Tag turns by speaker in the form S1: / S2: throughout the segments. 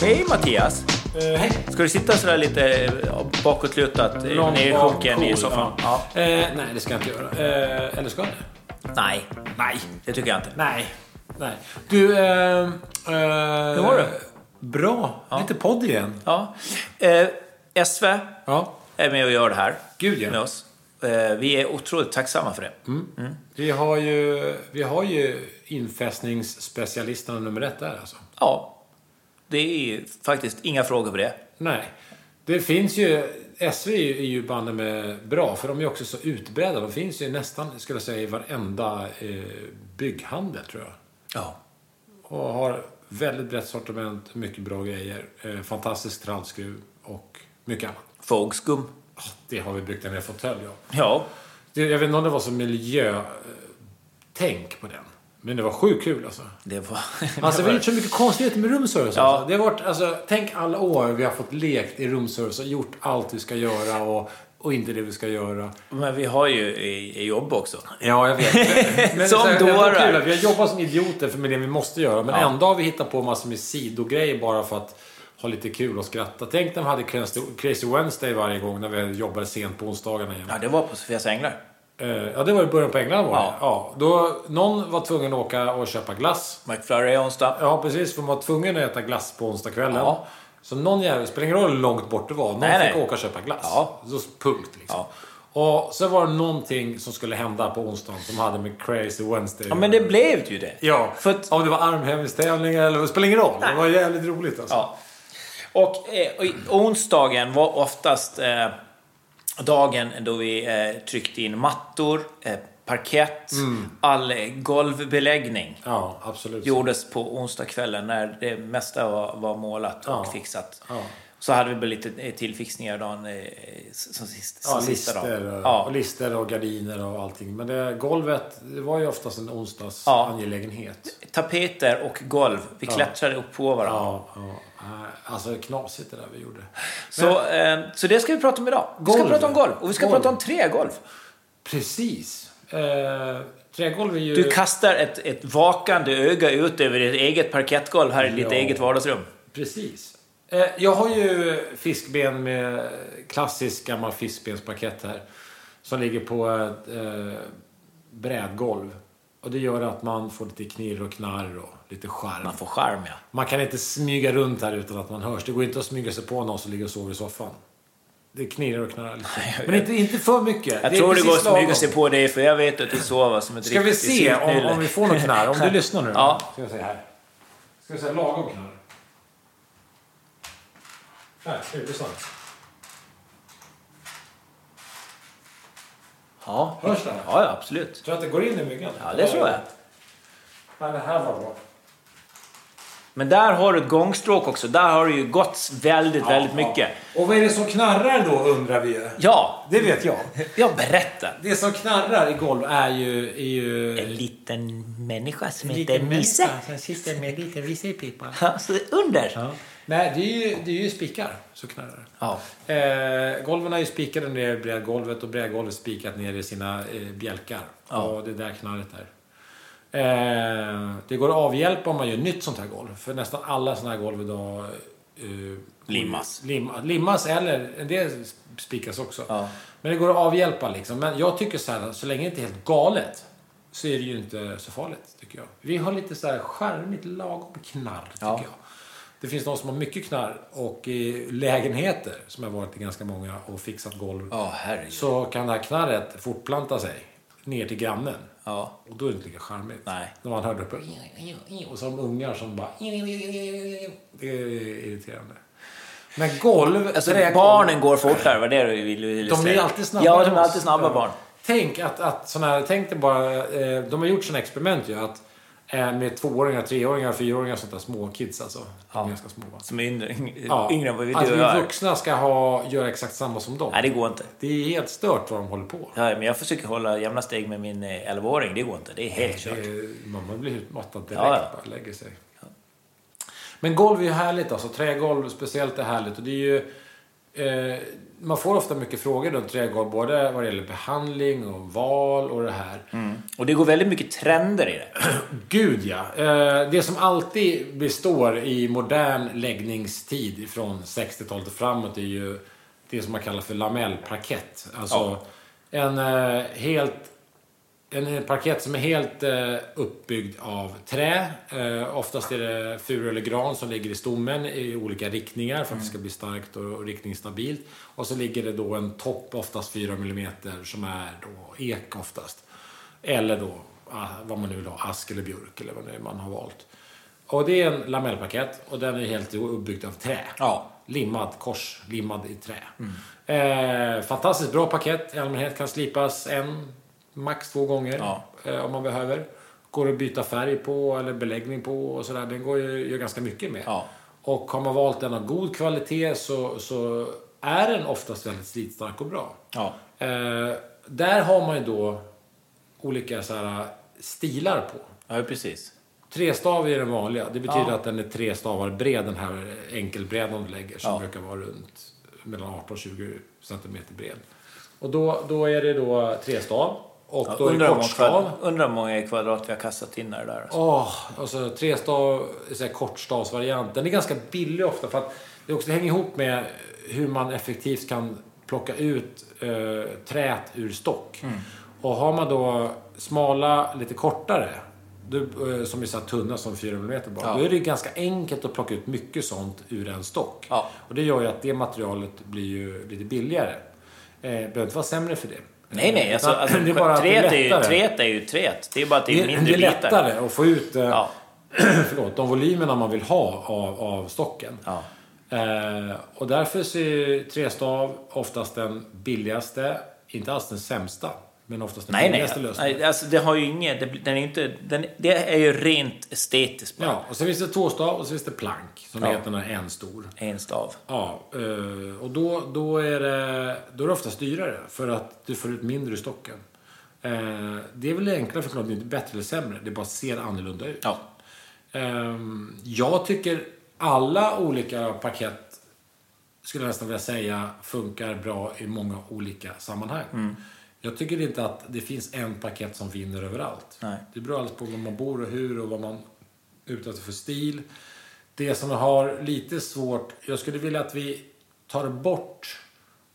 S1: Hej Mattias!
S2: Eh, hej!
S1: Ska du sitta sådär lite eh, bakåtlutat eh,
S2: Lång
S1: nedsjunken
S2: bak-
S1: i soffan? Ja.
S2: Ja. Eh, nej, det ska jag inte göra. Eh, eller ska jag det?
S1: Nej,
S2: Nej.
S1: det tycker jag inte.
S2: Nej. Nej. Du, eh, eh, Hur
S1: var det?
S2: Bra. Lite podd igen.
S1: Ja. Eh, SV
S2: Ja.
S1: är med och gör det här
S2: Gud, ja. Mm.
S1: med oss. Eh, vi är otroligt tacksamma för det.
S2: Vi har ju, vi har ju infästningsspecialisterna nummer ett där alltså.
S1: Ja. Det är ju faktiskt inga frågor på det.
S2: Nej. Det finns ju... SV är ju, är ju banne med bra, för de är ju också så utbredda. De finns ju nästan, skulle jag säga, i varenda eh, bygghandel, tror jag.
S1: Ja.
S2: Och har väldigt brett sortiment, mycket bra grejer. Eh, fantastisk trallskruv och mycket annat.
S1: Fågskum.
S2: Ah, Det har vi byggt en fåtölj av.
S1: Ja.
S2: Det- Jag vet inte om det var så miljötänk på den. Men det var sjukt kul alltså.
S1: Det var...
S2: Alltså vi har gjort så mycket konstigheter med roomservice.
S1: Ja.
S2: Alltså. Det har varit, alltså, tänk alla år vi har fått lekt i roomservice och gjort allt vi ska göra och, och inte det vi ska göra.
S1: Men vi har ju i, i jobb också.
S2: Ja, jag vet. Men
S1: Som
S2: så här, det är ändå
S1: dårar.
S2: kul att Vi har jobbat som idioter för med det vi måste göra. Men
S1: Ja.
S2: ändå har vi hittat på massor med sidogrejer bara för att ha lite kul och skratta. Tänk när vi hade Crazy- Crazy Wednesday varje gång när vi jobbade sent på onsdagarna igen.
S1: Ja, det var på Sofias Änglar.
S2: Eh, Ja, det var i början på England var det.
S1: Ja.
S2: Ja. Då, någon var tvungen att åka och köpa glass.
S1: McFlurry onsdag.
S2: Ja, precis. För man var tvungen att äta glass på onsdagskvällen.
S1: Ja.
S2: Så någon jävel, spelar ingen roll hur långt bort det var, någon
S1: Nej,
S2: fick
S1: nej.
S2: åka och köpa glass.
S1: Ja.
S2: Så punkt liksom.
S1: Ja.
S2: Och så var det någonting som skulle hända på onsdagen som hade med Crazy Wednesday
S1: Ja, men det blev ju det.
S2: Ja,
S1: För att
S2: om det var armhävningstävlingar eller... Det spelar ingen roll. Det var jävligt roligt alltså.
S1: Ja. Och, eh, och i- onsdagen var oftast eh, dagen då vi eh, tryckte in mattor, eh, parkett,
S2: Mm.
S1: all eh, golvbeläggning.
S2: Ja, absolut.
S1: Gjordes på onsdagskvällen när det mesta var, var målat och
S2: Ja.
S1: fixat.
S2: Ja.
S1: Så hade vi väl lite eh, tillfixningar dagen, eh, s- som, sist, som
S2: Ja,
S1: sista
S2: lister,
S1: dagen.
S2: och-
S1: Ja.
S2: Och lister och gardiner och allting. Men det, golvet det var ju oftast en onsdags
S1: Ja.
S2: angelägenhet.
S1: Tapeter och golv. Vi klättrade upp på varandra.
S2: Ja, ja. Nej, Alltså knasigt det där vi gjorde.
S1: Så, eh, så det ska vi prata om idag. Vi ska
S2: Golv.
S1: prata om golv. Och vi ska
S2: Golv.
S1: prata om trägolv.
S2: Precis. Eh, trägolv är ju...
S1: Du kastar ett, ett vakande öga ut över ditt eget parkettgolv här i ditt
S2: Ja.
S1: eget vardagsrum.
S2: Precis. Eh, jag har ju fiskben med klassisk gammal fiskbensparkett här. Som ligger på ett eh, brädgolv. Och det gör att man får lite knirr och knarr och lite charm.
S1: Man får charm, ja.
S2: Man kan inte smyga runt här utan att man hörs. Det går inte att smyga sig på någon som ligger och sover i soffan. Det knirrar och knarrar lite. Men inte, inte för mycket.
S1: Jag
S2: Det är
S1: tror det
S2: precis
S1: går att smyga
S2: lagom.
S1: sig på dig, för jag vet att du sover som ett
S2: Ska vi
S1: riktigt
S2: se om,
S1: syltnylle.
S2: om vi får någon knarr? Om du lyssnar nu.
S1: Ja.
S2: Ska vi se här. Ska vi säga lagom knarr? Här, ska vi lyssna.
S1: Ja.
S2: Hörs det här?
S1: Ja, ja, absolut.
S2: Tror du att det går in i myggan?
S1: Ja, det tror jag.
S2: Nej, det här var bra.
S1: Men där har du ett gångstråk också. Där har du ju gått väldigt, väldigt
S2: Ja.
S1: mycket.
S2: Och vad är det som knarrar då undrar vi ju.
S1: Ja,
S2: Det vet jag.
S1: jag berättar.
S2: Det som knarrar i golv är ju... Är ju...
S1: En liten människa som
S2: liten
S1: heter Nisse.
S2: människa Som sitter med en liten Nisse i pipan.
S1: Ja, så under.
S2: Ja. Nej, det är ju, det är ju spikar som knarrar.
S1: Ja.
S2: Eh, golven är ju spikade ner i brädgolvet och brädgolvet spikat ner i sina eh, bjälkar.
S1: Ja.
S2: Och det är där knarret är. Eh, det går att avhjälpa om man gör nytt sånt här golv. För nästan alla såna här golv idag eh,
S1: Limmas.
S2: Lim, limmas eller en del spikas också.
S1: Ja.
S2: Men det går att avhjälpa liksom. Men jag tycker så här, så länge det inte är helt galet så är det ju inte så farligt, tycker jag. Vi har lite så här charmigt lagom knarr, tycker
S1: Ja.
S2: jag. Det finns de som har mycket knarr och i lägenheter, som har varit i ganska många, och fixat golv.
S1: Ja, herregud.
S2: Så kan det här knarret fortplanta sig ner till grannen.
S1: Ja.
S2: Och då är det inte lika charmigt.
S1: Nej.
S2: När man hör det på... Och som ungar som bara... Det är irriterande. Men golv...
S1: Alltså,
S2: trägolv-
S1: barnen går fortare, vad det du vill, vill
S2: de är
S1: säga.
S2: ju alltid snabba.
S1: Ja, de
S2: än
S1: är
S2: oss.
S1: alltid snabba
S2: Ja.
S1: barn.
S2: Tänk att, att såna här, tänk dig bara, eh, de har gjort sådana experiment ju att eh, med tvååringar, treåringar, fyraåringar, sånt där små kids alltså. De är ganska små va?
S1: Som är yngre,
S2: Ja.
S1: yngre än vad vi
S2: Att
S1: du
S2: vi
S1: och jag är.
S2: vuxna ska ha, göra exakt samma som dem.
S1: Nej, det går inte.
S2: Det är helt stört vad de håller på.
S1: Ja, men jag försöker hålla jämna steg med min eh, 11-åring. Det går inte. Det är helt
S2: Det
S1: kört.
S2: är, Eh, mamma blir utmattad direkt.
S1: Ja, ja.
S2: Bara lägger sig. Men golv är ju härligt alltså. Trägolv speciellt är härligt. Och det är ju eh, man får ofta mycket frågor runt trädgård, både vad det gäller behandling och val och det här.
S1: Mm. Och det går väldigt mycket trender i det.
S2: Gud ja. Eh, Det som alltid består i modern läggningstid från 60-talet och framåt är ju det som man kallar för lamellparkett. Alltså en, eh, helt, en parkett som är helt eh, uppbyggd av trä. Eh, Oftast är det furu eller gran som ligger i stommen i olika riktningar för att det ska bli starkt och och riktningsstabilt. Och så ligger det då en topp, oftast 4 mm, som är då ek oftast. Eller då ah, vad man nu vill ha, ask eller björk eller vad nu man har valt. Och det är en lamellparkett och den är helt uppbyggd av trä.
S1: Ja.
S2: Limmad, korslimmad i trä.
S1: Mm.
S2: Eh, fantastiskt bra paket. I allmänhet kan slipas en, max två gånger
S1: Ja.
S2: eh, om man behöver. Går att byta färg på eller beläggning på och sådär. Den går ju gör ganska mycket med.
S1: Ja.
S2: Och har man valt en av god kvalitet så, så är den oftast väldigt slitstark och bra.
S1: Ja.
S2: Eh, där har man ju då olika så här, stilar på.
S1: Ja, precis.
S2: Trestav är den vanliga. Det betyder att den är tre stavar bred, den här enkelbredan du lägger. Som
S1: Ja.
S2: brukar vara runt mellan 18 och 20 centimeter bred. Och då, då är det då trestav. Och
S1: Ja,
S2: då är
S1: undrar,
S2: det
S1: hur många
S2: kortstav.
S1: kvadrat, undrar hur många kvadrat vi har kastat in där. där.
S2: Åh, alltså trestav, så här kortstavsvariant. Den är ganska billig ofta för att det också hänger ihop med hur man effektivt kan plocka ut eh, trät ur stock.
S1: Mm.
S2: Och har man då smala, lite kortare, du, eh, som är så här tunna som 4 mm bara,
S1: Ja.
S2: då är det ganska enkelt att plocka ut mycket sånt ur en stock.
S1: Ja.
S2: Och det gör ju att det materialet blir ju lite billigare. Eh, behöver inte vara sämre för det.
S1: Nej, nej. Alltså,
S2: Utan
S1: alltså,
S2: det är bara att det är
S1: träet, är ju,
S2: lättare.
S1: träet är ju träet. Det är bara att det är
S2: Det-
S1: mindre
S2: Det är
S1: bitar.
S2: lättare att få ut eh,
S1: Ja.
S2: förlåt, de volymerna man vill ha av, av stocken.
S1: Ja.
S2: Eh, och därför så är ju trestav oftast den billigaste, inte alls den sämsta, men oftast den
S1: Nej, nej.
S2: billigaste lösningen.
S1: nej alltså, det har ju inget... Det, blir- den är ju inte, den, det är ju rent estetiskt bara.
S2: Ja, och sen finns det tvåstav och sen finns det plank som
S1: Ja.
S2: heter när en stor.
S1: En stav.
S2: Ja, eh, och då, då, är det, då är det oftast dyrare för att du får ut mindre ur stocken. Eh, Det är väl enklare förklarat, det är inte bättre eller sämre, det bara ser annorlunda ut.
S1: Ja.
S2: Ehm, Jag tycker alla olika paket skulle jag nästan vilja säga funkar bra i många olika sammanhang.
S1: Mm.
S2: Jag tycker inte att det finns en paket som vinner överallt.
S1: Nej.
S2: Det beror alldeles på var man bor och hur och vad man är ute efter för stil. Det som jag har lite svårt, jag skulle vilja att vi tar bort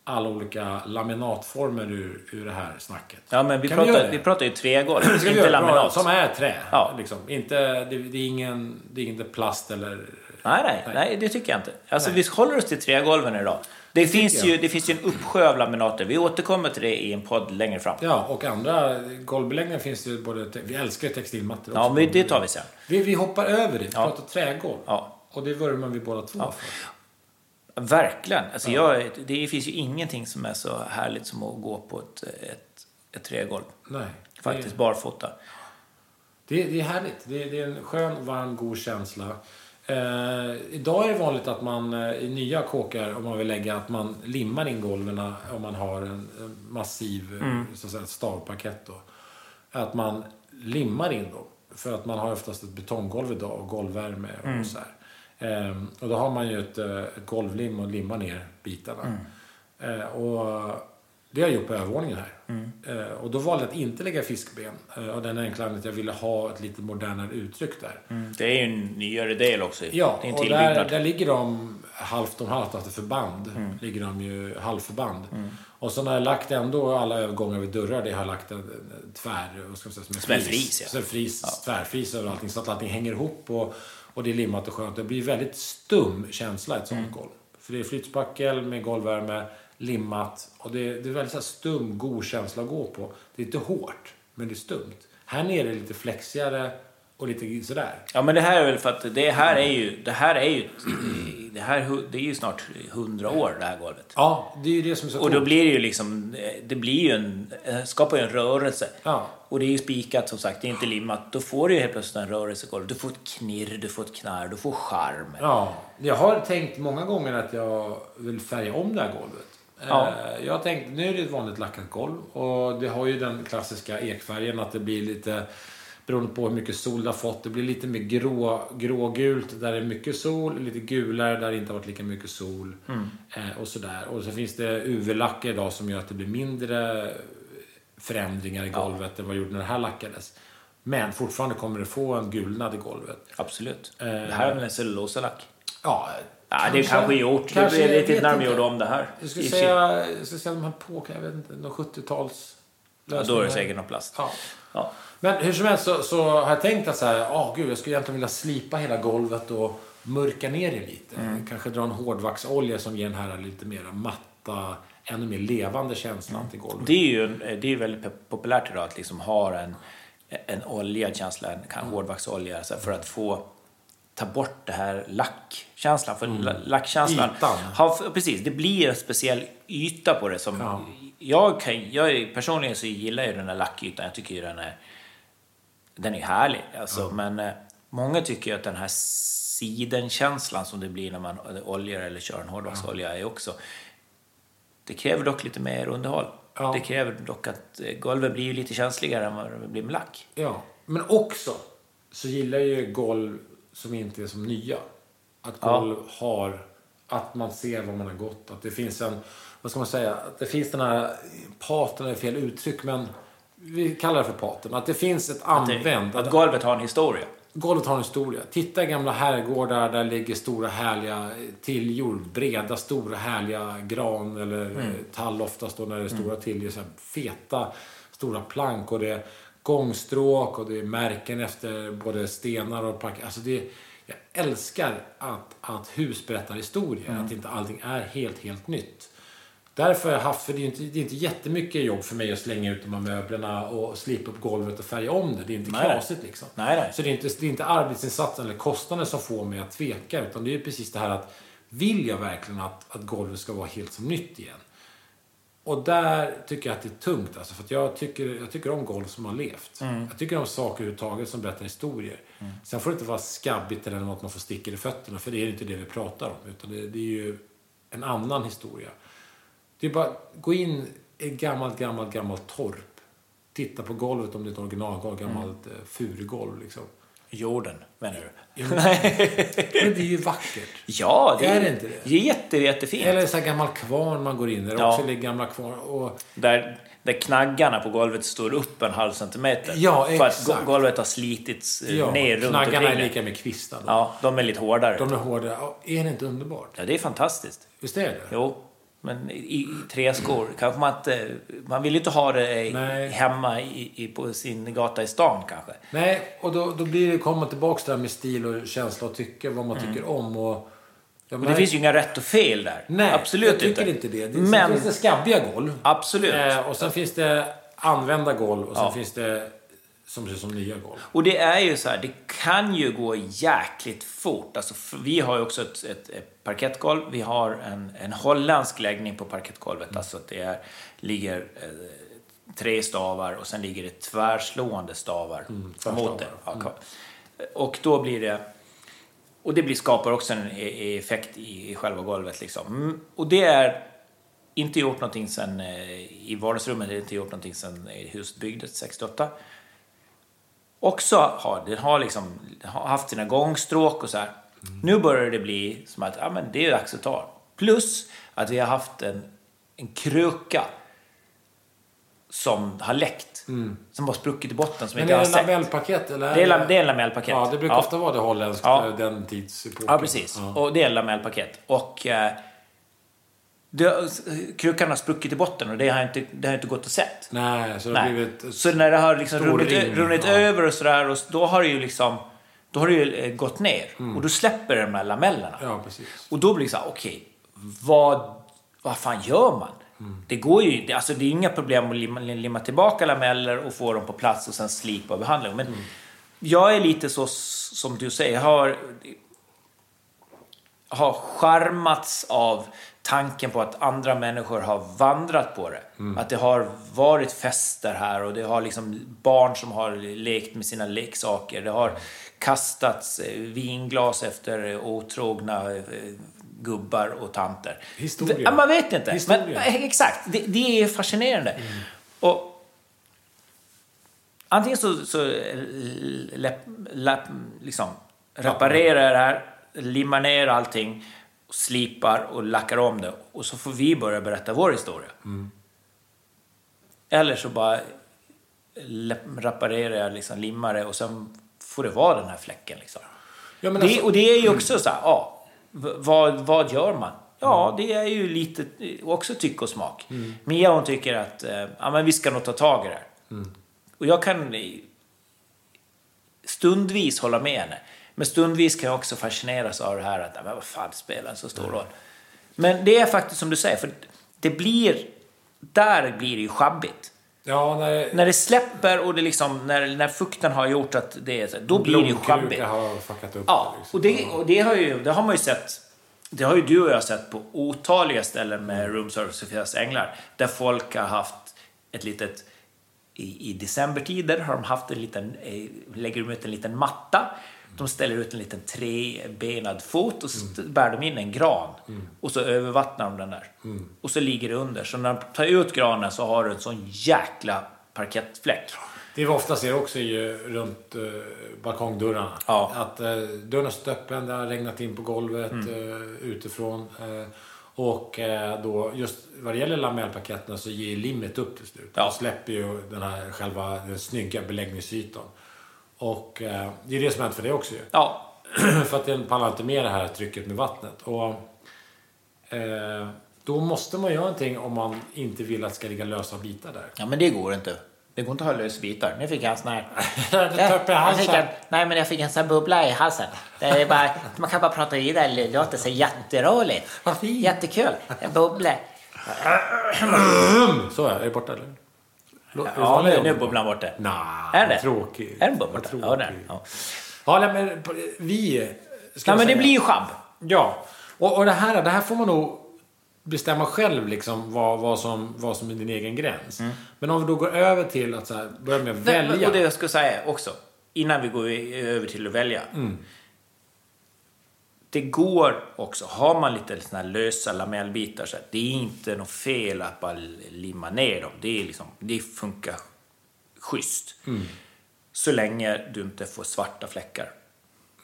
S2: alla olika laminatformer ur, ur det här snacket.
S1: Ja, men vi,
S2: Kan vi göra
S1: pratar,
S2: det?
S1: vi pratar ju trägolv,
S2: Det ska vi
S1: inte
S2: göra bra,
S1: laminat.
S2: Som är trä.
S1: Ja.
S2: Liksom. Inte, det, det, är ingen, det är inte plast eller...
S1: Nej, nej, nej, det tycker jag inte. Alltså, vi håller oss till trägolven idag. Det, finns
S2: tycker
S1: ju, det finns ju en uppsjö av laminater. Vi återkommer till det i en podd längre fram.
S2: Ja, och andra golvbeläggningar finns det ju både... te- Vi älskar ju textilmattor
S1: Ja, men det tar vi sen.
S2: Vi, vi hoppar över det. Vi pratar trägolv.
S1: Ja.
S2: Och det vurmar vi båda två för.
S1: Verkligen. Alltså, jag, det finns ju ingenting som är så härligt som att gå på ett, ett, ett trägolv.
S2: Nej.
S1: Faktiskt barfota.
S2: Det, det är härligt. Det, det är en skön, varm, god känsla. Eh, idag är det vanligt att man eh, i nya kåkar, om man vill lägga, att man limmar in golven eh, om man har en, en massiv eh, så att säga, stavparkett. Då. Att man limmar in dem. För att man har oftast ett betonggolv idag och golvvärme och så här. Ehm, och då har man ju ett, eh, ett golvlim och limmar ner bitarna. Eh, och det har jag gjort på övervåningen här. Eh, och då valde jag att inte lägga fiskben. Eh, av den enkla anledningen att jag ville ha ett lite modernare uttryck där.
S1: Det är ju en nyare del också.
S2: Mm. Ja,
S1: det är en
S2: och där,
S1: tillbyggnad.
S2: där ligger de halvt om halvt, alltså förband.
S1: Mm.
S2: Ligger de ju halvförband. Och sen har jag lagt ändå alla övergångar vid dörrar, det har jag lagt en en tvär... Vad ska man säga, som en
S1: Som en fris, ja.
S2: Så en fris, tvärfris över allting. Så att allting hänger ihop och, och det är limmat och skönt. Det blir väldigt stum känsla i ett sånt
S1: Mm.
S2: golv. För det är flytspackel med golvvärme, limmat. Och det, det är väldigt så här stum, god känsla att gå på. Det är inte hårt, men det är stumt. Här nere är det lite flexigare och lite sådär.
S1: Ja, men det här är väl för att det här är ju... Det här är ju, det här, hu- det är ju snart hundra år, det här golvet.
S2: Ja, det är ju det som är så
S1: Och
S2: coolt.
S1: då blir det ju liksom, det blir ju en, eh, skapar ju en rörelse.
S2: Ja.
S1: Och det är ju spikat som sagt, det är inte limmat. Då får du ju helt plötsligt en rörelse i golvet. Du får ett knirr, du får ett knarr, du får charm.
S2: Ja, jag har tänkt många gånger att jag vill färga om det här golvet.
S1: Ja.
S2: Eh, Jag har tänkt, nu är det ett vanligt lackat golv och det har ju den klassiska ekfärgen att det blir lite Beroende på hur mycket sol det har fått. Det blir lite mer grå, grågult där det är mycket sol. Lite gulare där det inte har varit lika mycket sol. Eh, och sådär. Och så finns det UV-lacker idag som gör att det blir mindre förändringar i golvet än vad det gjorde när det här lackades. Men fortfarande kommer det få en gulnad i golvet.
S1: Absolut. Det här är väl en cellulosalack?
S2: Ja,
S1: Ja, det är kanske gjort.
S2: Eh. kanske,
S1: det
S2: jag
S1: blir lite
S2: vet
S1: när de
S2: inte.
S1: gjorde om det här.
S2: Jag skulle
S1: I och för sig.
S2: säga, jag skulle säga att de höll på, jag vet inte, någon 70-tals
S1: Ja, då är det säkert någon plast.
S2: Ja.
S1: Ja.
S2: Men hur som helst så, så har jag tänkt att så här, åh gud, jag skulle egentligen vilja slipa hela golvet och mörka ner det lite.
S1: Mm.
S2: Kanske dra en hårdvaxolja som ger den här lite mer matta, ännu mer levande känslan till golvet.
S1: Det är ju en, eh, det är ju väldigt pe- populärt idag att liksom ha en, en olja, känsla, en kan- hårdvaxolja, så här, för att få ta bort det här lackkänslan. För la- lackkänslan
S2: Mm. Ytan.
S1: har, f- precis, det blir en speciell yta på det som...
S2: Ja.
S1: Jag, kan, jag är- personligen så gillar jag den här lackytan. Jag tycker ju den är... Den är härlig. Alltså, Men eh, många tycker ju att den här sidenkänslan som det blir när man oljar eller kör en hårdvaxolja är också... Det kräver dock lite mer underhåll.
S2: Ja.
S1: Det kräver dock att eh, golvet blir ju lite känsligare än vad det blir med lack.
S2: Ja. Men också så gillar jag ju golv som inte är som nya. Att
S1: Ja.
S2: golv har, att man ser vad man har gått. Att det finns en, vad ska man säga, att det finns den här, paten är fel uttryck men vi kallar det för paten. Att det finns ett använt,
S1: Att
S2: att
S1: golvet har en historia.
S2: golvet har en historia. Titta i gamla herrgårdar där ligger stora härliga tilljor. Breda, stora härliga gran eller mm. tall oftast då när det är stora
S1: Mm.
S2: tiljor. Så här feta, stora plank och det är gångstråk och det är märken efter både stenar och plank. Alltså det jag älskar att, att hus berättar historier.
S1: Mm.
S2: Att inte allting är helt, helt nytt. Därför har jag haft, för det är ju inte, det är inte jättemycket jobb för mig att slänga ut de här möblerna och slipa upp golvet och färga om det. Det är inte
S1: Nej.
S2: knasigt liksom.
S1: Nej, nej.
S2: Så det är, inte, det är inte arbetsinsatsen eller kostnaden som får mig att tveka. Utan det är ju precis det här att vill jag verkligen att, att golvet ska vara helt som nytt igen? Och där tycker jag att det är tungt. Alltså, för att jag, tycker, jag tycker om golv som har levt. Jag tycker om saker överhuvudtaget som berättar historier. Sen får det inte vara skabbigt eller att man får stickor i fötterna. För det är inte det vi pratar om. Utan det, det är ju en annan historia. Det är bara att gå in i ett gammalt, gammalt, gammalt torp. Titta på golvet om det är ett originalgolv, gammalt mm. furugolv liksom.
S1: Jorden, menar du?
S2: Men det är ju vackert.
S1: Ja, det
S2: Är
S1: är,
S2: det inte det?
S1: det är jätte, jättefint.
S2: Eller så här gammal kvarn man går in i. Där
S1: Ja.
S2: också ligger gamla kvarn. Och,
S1: Där, där knaggarna på golvet står upp en halv centimeter.
S2: Ja,
S1: för att
S2: exakt.
S1: go- golvet har slitits eh,
S2: ja,
S1: ner runt
S2: knaggarna är
S1: omkring det.
S2: lika med kvistar. Då.
S1: Ja, de är lite hårdare.
S2: De är hårda. Ja, Är det inte underbart?
S1: Ja, det är fantastiskt.
S2: Visst är det?
S1: Jo, men i, i tre skor. Kanske man inte... Man vill ju inte ha det i-
S2: Nej.
S1: hemma i, i, på sin gata i stan kanske.
S2: Nej, och då, då blir det, kommer man tillbaka till det här med stil och känsla och tycke. Vad man tycker om. Och, ja,
S1: Mm. Men det finns ju inga rätt och fel där.
S2: nej,
S1: Absolut
S2: jag tycker inte, det. det men... Sen
S1: Men-
S2: finns det skabbiga golv.
S1: Absolut.
S2: Eh, och sen finns det använda golv och sen
S1: Ja.
S2: finns det som ser ut som nya golv.
S1: Och det är ju så här, det kan ju gå jäkligt fort. Alltså, för vi har ju också ett, ett, ett parkettgolv. Vi har en, en holländsk läggning på parkettgolvet. Alltså att det är, ligger eh, tre stavar och sen ligger det tvärslående stavar mot det. Ja, kvar. Och då blir det... Och det blir, skapar också en e- e- effekt i, i själva golvet. Liksom. Mm. Och det är inte gjort någonting sen... eh, I vardagsrummet är det inte gjort någonting sen eh, huset byggdes 68 också har, den har liksom har haft sina gångstråk och så här.
S2: Mm.
S1: Nu börjar det bli som att ja, men det är dags att ta. Plus att vi har haft en, en kruka som har läckt. Som har spruckit i botten som
S2: Mm. Men
S1: inte
S2: är
S1: har
S2: det
S1: sett.
S2: lamellpaket? Eller
S1: Det är, lam- det är en lamellpaket.
S2: Ja, det brukar
S1: Ja.
S2: ofta vara det holländskt,
S1: Ja.
S2: den tidsepoken.
S1: Ja, precis. Och det är lamellpaket. Och eh, det, krukan har spruckit i botten och det har inte, det har inte gått att sett.
S2: Nej, så det har
S1: Nej.
S2: blivit...
S1: Så när det har liksom
S2: stor
S1: runnit,
S2: ring,
S1: runnit
S2: ja.
S1: över och sådär, och då har det ju liksom då har det ju eh, gått ner. Och då släpper de här lamellerna.
S2: Mm. Ja, precis.
S1: Och då blir det så här, okej, vad, vad fan gör man?
S2: Mm.
S1: Det går ju det, alltså det är inga problem att limma, limma tillbaka lameller och få dem på plats och sen slipa och behandla. dem. Men
S2: Mm.
S1: jag är lite så s- som du säger, jag har, har charmats av tanken på att andra människor har vandrat på det. Att det har varit fester här och det har liksom barn som har lekt med sina leksaker. Det har kastats eh, vinglas efter eh, otrogna eh, gubbar och tanter.
S2: Historia.
S1: Ja, Man vet inte.
S2: Historia.
S1: Men, eh, exakt, det, det är fascinerande. Och Antingen så, så eh, läpp, läpp, liksom, reparerar jag det här, limmar ner allting, slipar och lackar om det. Och så får vi börja berätta vår historia. Eller så bara läpp, reparerar jag, liksom, limmar det och sen får det vara den här fläcken. Liksom.
S2: Ja, men
S1: det,
S2: alltså-
S1: och det är ju också så här, ja, v- vad, vad gör man? Ja,
S2: Mm.
S1: det är ju lite eh, också tycke och smak. Mia hon tycker att eh, ja, men vi ska nog ta tag i det här.
S2: Mm.
S1: Och jag kan eh, stundvis hålla med henne. Men stundvis kan jag också fascineras av det här att, "Ja, men vad fan, det spelar så stor
S2: Mm.
S1: roll. Men det är faktiskt som du säger, för det blir, där blir det ju sjabbigt.
S2: Ja, nej.
S1: När det släpper och det liksom, när, när fukten har gjort att det är så, då blir det ju sjabbigt.
S2: Blomkruka har fuckat upp
S1: Ja,
S2: det, liksom.
S1: och det, och det, har ju, det har man ju sett. Det har ju du och jag sett på otaliga ställen med Room Service och Fias Änglar. Där folk har haft ett litet... I, i decembertider har de haft en liten... eh, Lägger de ut en liten matta. De ställer ut en liten trebenad fot och så st- bär de in en gran. Och så övervattnar de den där. Och så ligger det under. Så när de tar ut granen så har du en sån jäkla parkettfläck.
S2: Det vi ofta ser också är ju runt eh, balkongdörrarna.
S1: Ja.
S2: Att eh, dörren har stått öppen, det har regnat in på golvet
S1: Mm.
S2: eh, utifrån. Eh, och eh, då just vad det gäller lamellpaketen så ger ju limmet upp till slut.
S1: Ja.
S2: Då släpper ju den här själva den snygga beläggningsytan. Och eh, det är det som har hänt för det också ju.
S1: Ja,
S2: för att den pallar inte med det här trycket med vattnet. Och, eh, då måste man göra någonting om man inte vill att det ska ligga lösa bitar där.
S1: Ja, men det går inte. Det går inte att ha lös bitar. Nu fick jag en sån här...
S2: Det tappar jag
S1: Jag fick en,
S2: halsen.
S1: nej, men jag fick en sån här bubbla i halsen. Det är bara, man kan bara prata vidare. Det låter så jätteroligt.
S2: Vad fint.
S1: Jättekul. En bubbla.
S2: Så är det. Är det borta eller? Lå-
S1: Ja,
S2: är
S1: nu,
S2: det
S1: nu
S2: vanlig
S1: är
S2: jobb?
S1: bubblan borta.
S2: Nej,
S1: Är det?
S2: tråkigt.
S1: Är den bubbla borta?
S2: Vad
S1: Ja, där.
S2: tråkigt.
S1: Ja.
S2: Ja, nej, men på- vi... ska
S1: Nej, men
S2: jag
S1: det
S2: säga.
S1: blir ju schabb.
S2: Ja. Och, och det, här, det här får man nog bestämma själv liksom vad, vad, som, vad som är din egen gräns. Men om vi då går över till att så här, börja med att välja.
S1: Mm. Och det jag skulle säga också, innan vi går i- över till att välja.
S2: Mm.
S1: Det går också, har man lite såna här lösa lamellbitar, så här, det är inte något fel att bara limma ner dem. Det, är liksom, det funkar schysst. Så länge du inte får svarta fläckar.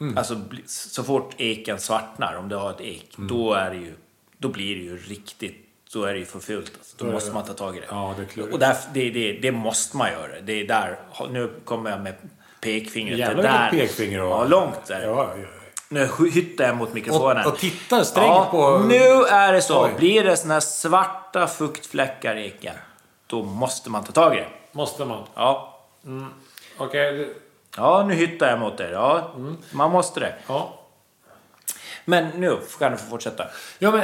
S2: Mm.
S1: Alltså, bli- så fort eken svartnar, om du har ett ek,
S2: Mm.
S1: då, är det ju, då blir det ju riktigt då är det ju för fult. Alltså. Då,
S2: är
S1: måste
S2: det-
S1: man ta tag i det.
S2: Ja, det är klurigt.
S1: Och där, det, det, det måste man göra. Det är där. Nu kommer jag med pekfingret.
S2: Jävlar
S1: det där.
S2: vilket pekfinger du har.
S1: Ja, långt där.
S2: Ja, ja, ja.
S1: Nu hyttar jag mot mikrofonen.
S2: Och- och tittar strängt på-
S1: Nu är det så.
S2: Oj.
S1: Blir det såna här svarta fuktfläckar i eken, då måste man ta tag i det.
S2: Måste man?
S1: Ja,
S2: Okej. det-
S1: ja nu hyttar jag mot det. Ja, man måste det.
S2: Ja.
S1: Men nu kan du få fortsätta.
S2: Ja, men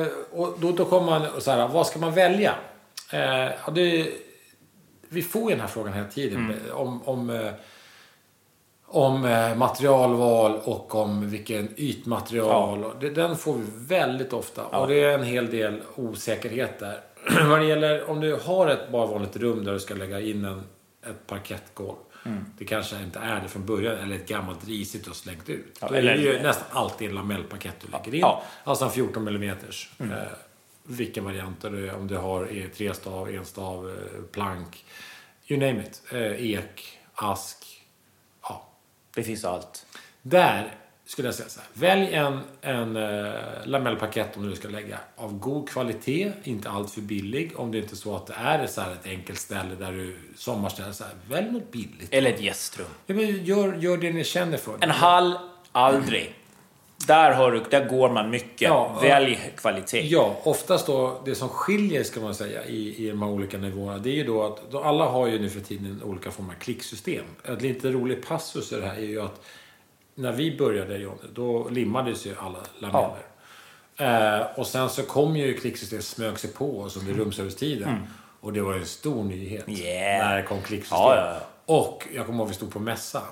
S2: eh, och då, då kommer man och så här, vad ska man välja? Eh, ja, det, vi får ju den här frågan hela tiden
S1: Mm.
S2: om, om, eh, om eh, materialval och om vilken ytmaterial. Och Det, den får vi väldigt ofta och det är en hel del osäkerhet där. Vad det gäller om du har ett bara vanligt rum där du ska lägga in en, ett parkettgolv.
S1: Mm.
S2: Det kanske inte är det från början eller ett gammalt risigt och slängt ut.
S1: Ja,
S2: Då är det
S1: eller-
S2: ju nästan alltid en lamellpaket du lägger in.
S1: Ja.
S2: Alltså en 14 mm. Eh, vilken variant du Om du har eh, trestav, enstav, eh, plank. You name it. Eh, ek, ask. Ja.
S1: Det finns allt.
S2: Där skulle jag säga så här. Välj en, en eh, lamellpaket om du ska lägga. Av god kvalitet, inte allt för billig. Om det inte är så att det är så här ett enkelt ställe där du sommarställer. Så här, välj något billigt.
S1: Eller ett gästrum.
S2: Ja, men Gör, gör det ni känner för.
S1: En hall, aldrig. Där, har du, där går man mycket.
S2: Ja,
S1: Välj kvalitet.
S2: Ja, oftast då det som skiljer ska man säga i, i de här olika nivåerna. Det är ju då att då alla har ju nu för tiden olika former av klicksystem. En lite rolig passus i det här är ju att när vi började Johnny, då limmades ju alla lameller. Eh, och sen så kom ju klicksystem smög sig på oss under
S1: Mm.
S2: rumservicetiden. Och det var ju en stor nyhet
S1: Yeah.
S2: när det kom klicksystem.
S1: Ja, ja, ja.
S2: Och jag kommer ihåg vi stod på mässa.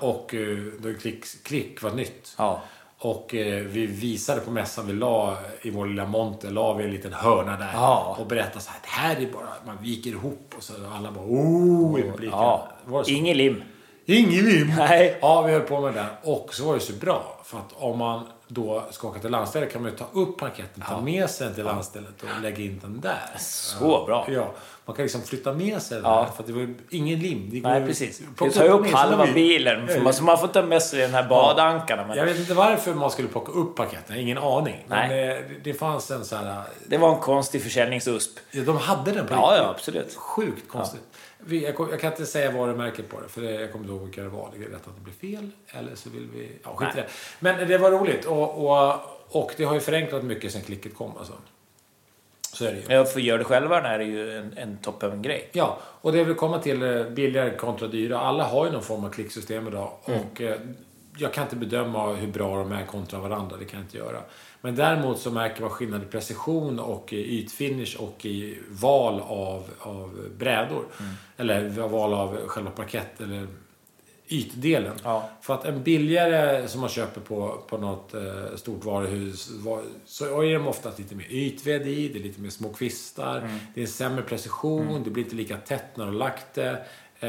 S2: Och eh, då klick, klick var nytt.
S1: Ja.
S2: Och eh, vi visade på mässan, vi la i vår lilla monter, la vi en liten hörna där.
S1: Ja.
S2: Och berättade så här, det här är bara, man viker ihop och så alla bara oh i publiken.
S1: Ja.
S2: Var det så?
S1: Ingen lim.
S2: Ingen vim!
S1: Nej.
S2: Ja, vi höll på med det där. Och så var det så bra. För att om man då ska åka till landstället kan man ju ta upp parketten, ta med sig den till landstället och lägga in den där.
S1: Så bra.
S2: Ja, man kan liksom flytta med sig den
S1: Ja.
S2: där, för att det var ju ingen lim. Det går
S1: Nej,
S2: ju-
S1: precis.
S2: plocka
S1: Du tar ju upp
S2: den som
S1: halva
S2: den är.
S1: bilen. För man, så man får ta med sig den här badankarna.
S2: Jag
S1: Men
S2: vet inte varför man skulle plocka upp parketten, jag har ingen aning. Men eh, det, det fanns en sån här...
S1: det var en konstig försäljningsusp.
S2: ja, De hade den på
S1: Ja,
S2: riktigt.
S1: ja, absolut.
S2: Sjukt konstigt. Vi, jag, kom- jag kan inte säga varumärket på det, för det, jag kommer inte ihåg vilka det var. Det är rätt att det blir fel, eller så vill vi... Ja, skit i det. Men det var roligt och, och, och det har ju förenklat mycket sen klicket kom alltså. Så är det ju.
S1: Ja, för gör det själva det här är ju en, en toppen grej.
S2: Ja, och det vill komma till eh, billigare kontra dyra. Alla har ju någon form av klicksystem idag. Och eh, jag kan inte bedöma hur bra de är kontra varandra. Det kan jag inte göra. Men däremot så märker man skillnad i precision och i ytfinish och i val av, av brädor. Eller val av själva parkett eller ytdelen.
S1: Ja.
S2: För att en billigare som man köper på, på något eh, stort varuhus va- så är de ofta lite mer ytved i, det är lite mer små kvistar,
S1: Mm.
S2: det är en sämre precision, det blir inte lika tätt när du har lagt det. Eh,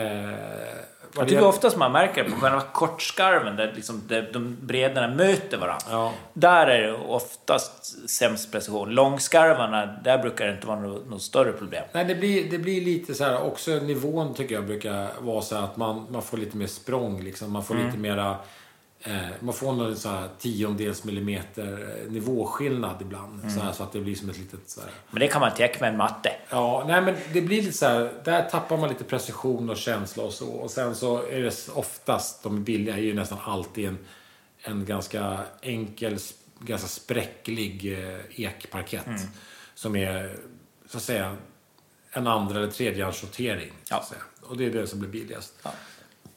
S2: vad
S1: Jag
S2: det
S1: tycker oftast man märker det på själva kortskarven där, liksom, där de bredderna möter varandra.
S2: ja.
S1: Där är det oftast sämst precision. Långskarvarna, där brukar det inte vara något, något större problem.
S2: Nej, det blir, det blir lite så här, också nivån tycker jag brukar vara så här att man, man får lite mer språng liksom. Man får
S1: Mm.
S2: lite mera, eh, man får någon så här tiondels millimeter eh, nivåskillnad ibland. Så,
S1: Mm.
S2: här, så att det blir som ett litet så här,
S1: Men det kan man täcka med en matte.
S2: Ja, nej men det blir lite så här. Där tappar man lite precision och känsla och så. Och sen så är det oftast, de billiga är ju nästan alltid en, en ganska enkel, sp- ganska spräcklig eh, ekparkett.
S1: Mm.
S2: Som är, så att säga, en andra eller tredjehandssortering. så att
S1: Ja.
S2: säga. Och det är det som blir billigast.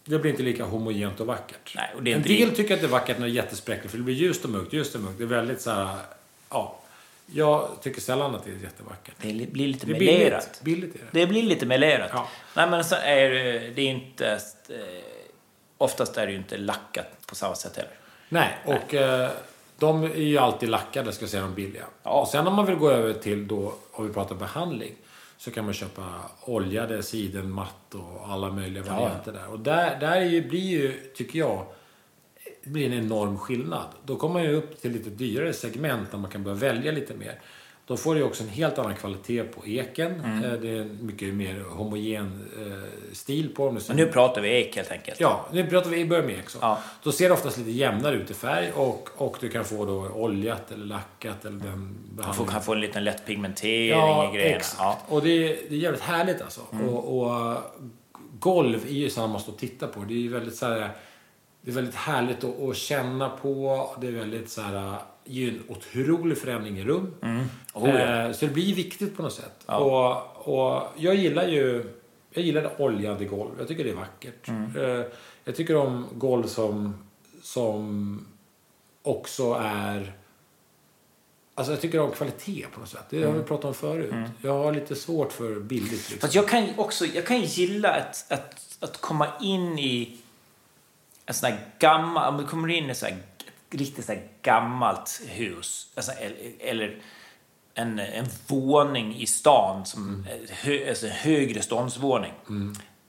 S2: Det blir inte lika homogent och vackert.
S1: Nej, och det är
S2: en
S1: inte
S2: del tycker att det är vackert när det är jättespräckligt, för det blir ljust och mörkt, ljust och mörkt. Det är väldigt så här, ja. Jag tycker sällan att det är jättevackert.
S1: Det li- blir lite
S2: Det är
S1: melerat.
S2: billigt. Billigt är det.
S1: Det blir lite melerat.
S2: Ja.
S1: Nej, men så är det, det är inte... eh, Oftast är det ju inte lackat på samma sätt heller.
S2: Nej, och eh, de är ju alltid lackade, ska jag säga, de billiga.
S1: Ja.
S2: Och sen om man vill gå över till då, om vi pratar behandling, så kan man köpa oljade sidenmatt och alla möjliga varianter där. Och där, där är ju, blir ju, tycker jag, det blir en enorm skillnad. Då kommer man ju upp till lite dyrare segment där man kan börja välja lite mer. Då får du ju också en helt annan kvalitet på eken. Eh, Det är en mycket mer homogen eh, stil på dem.
S1: Men nu pratar vi ek helt enkelt.
S2: Ja, nu pratar vi i början med Ericsson.
S1: Ja.
S2: Då ser det oftast lite jämnare ut i färg och, och du kan få då oljat eller lackat eller den
S1: Man får,
S2: behandlingen.
S1: kan få en liten lätt pigmentering i
S2: Ja,
S1: grejerna.
S2: exakt.
S1: Ja. Mm.
S2: Och det är, det är jävligt härligt alltså. Och, och golv är ju sådana man står och tittar på. Det är ju väldigt så här, Det är väldigt härligt att, att känna på. Det är väldigt så här, det är ju en otrolig förändring i rum.
S1: Oh, ja.
S2: Eh, Så det blir viktigt på något sätt. Och, och jag gillar ju jag gillar det oljade golv. Jag tycker det är vackert.
S1: Mm.
S2: Eh, Jag tycker om golv som, som också är... Alltså jag tycker om kvalitet på något sätt. Det har vi pratat om förut. Jag har lite svårt för billigt. Liksom.
S1: Mm. Fast jag kan ju också jag kan ju gilla att, att, att komma in i en sån här gammal... Om du kommer in i så här, riktigt så här gammalt hus alltså, eller, eller en, en våning i stan, som, hö, alltså, en högre ståndsvåning.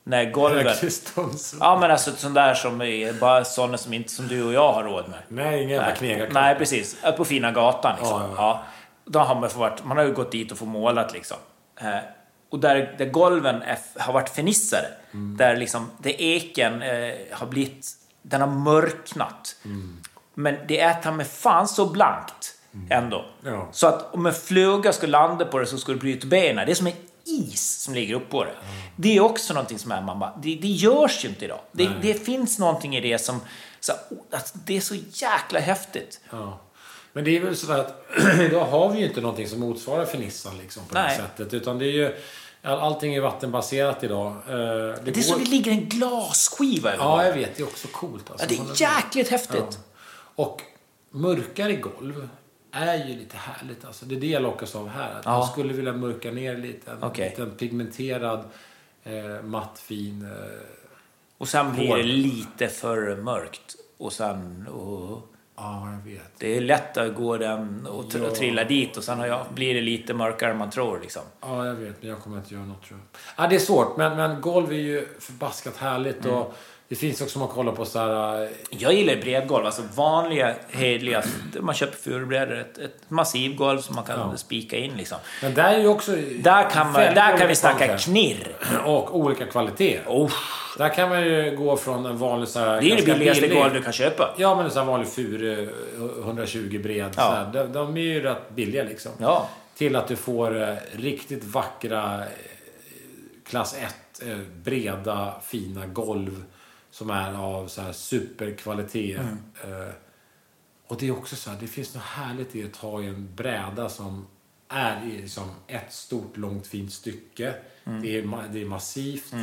S1: När golvet...
S2: Högtistånds...
S1: Ja, men alltså sån där som är bara såna som, inte, som du och jag har råd med.
S2: Nej, inga jävla
S1: Nej,
S2: knegarkroppar.
S1: nej, precis. Upp På fina gatan. Liksom.
S2: Ja,
S1: Ja,
S2: ja,
S1: Då har man, fått, varit- man har ju gått dit och fått målat. Liksom. Eh, och där, där golven är, f- har varit fernissade.
S2: Mm.
S1: Där liksom, det eken eh, har blivit... Den har mörknat.
S2: Mm.
S1: Men det är ta mig fan så blankt ändå.
S2: Ja.
S1: Så att om en fluga skulle landa på det så skulle det bryta benen. Det är som en is som ligger upp på det. Det är också någonting som är, man bara, det, det görs ju inte idag. Det, det finns någonting i det som, så, alltså, det är så jäkla häftigt.
S2: Ja. Men det är väl sådär att idag har vi ju inte någonting som motsvarar fernissan liksom, på
S1: Nej.
S2: det sättet. Utan det är ju... all- Allting är vattenbaserat idag. Eh, Det,
S1: Det är som det ligger en glasskiva över.
S2: Ja,
S1: Ja,
S2: jag vet. Det är också coolt. Alltså.
S1: det är jäkligt häftigt.
S2: Och mörkare golv är ju lite härligt. Alltså. Det är det jag lockas av här. Att
S1: Ja.
S2: Man skulle vilja mörka ner lite. En
S1: Okej.
S2: liten pigmenterad, eh, matt, fin... Eh,
S1: Och sen blir
S2: Hår.
S1: det lite för mörkt. Och sen... Och,
S2: ja, jag vet.
S1: det är lätt att gå den och, tr- och trilla dit och sen har jag, blir det lite mörkare än man tror. Liksom.
S2: Ja,
S1: Mm.
S2: jag vet. Men jag kommer inte göra något, tror jag. Ja, det är svårt. Men, men golv är ju förbaskat härligt. Och Det finns också, man kollar på så här... eh,
S1: Jag gillar ju bredgolv, alltså vanliga hederliga. Man köper furubrädor, ett, ett massivgolv som man kan spika in liksom.
S2: Men där är ju också...
S1: Där kan, man,
S2: väldigt
S1: där kan vi
S2: olika
S1: snacka
S2: kvaliteter.
S1: knirr.
S2: Och olika kvaliteter.
S1: Usch,
S2: Där kan man ju gå från en vanlig så här...
S1: det är ju det
S2: ganska
S1: billigaste
S2: billig-
S1: golv du kan köpa.
S2: Ja, men en sån här vanlig furu, 120 bred. Så här. De, de är ju rätt billiga liksom.
S1: Ja.
S2: Till att du får eh, riktigt vackra eh, klass 1, eh, breda, fina golv som är av så här superkvalitet.
S1: Mm.
S2: Eh, och det är också så här, det finns något härligt i att ha en bräda som är i liksom ett stort, långt, fint stycke.
S1: Mm.
S2: Det, är, ma- det är massivt,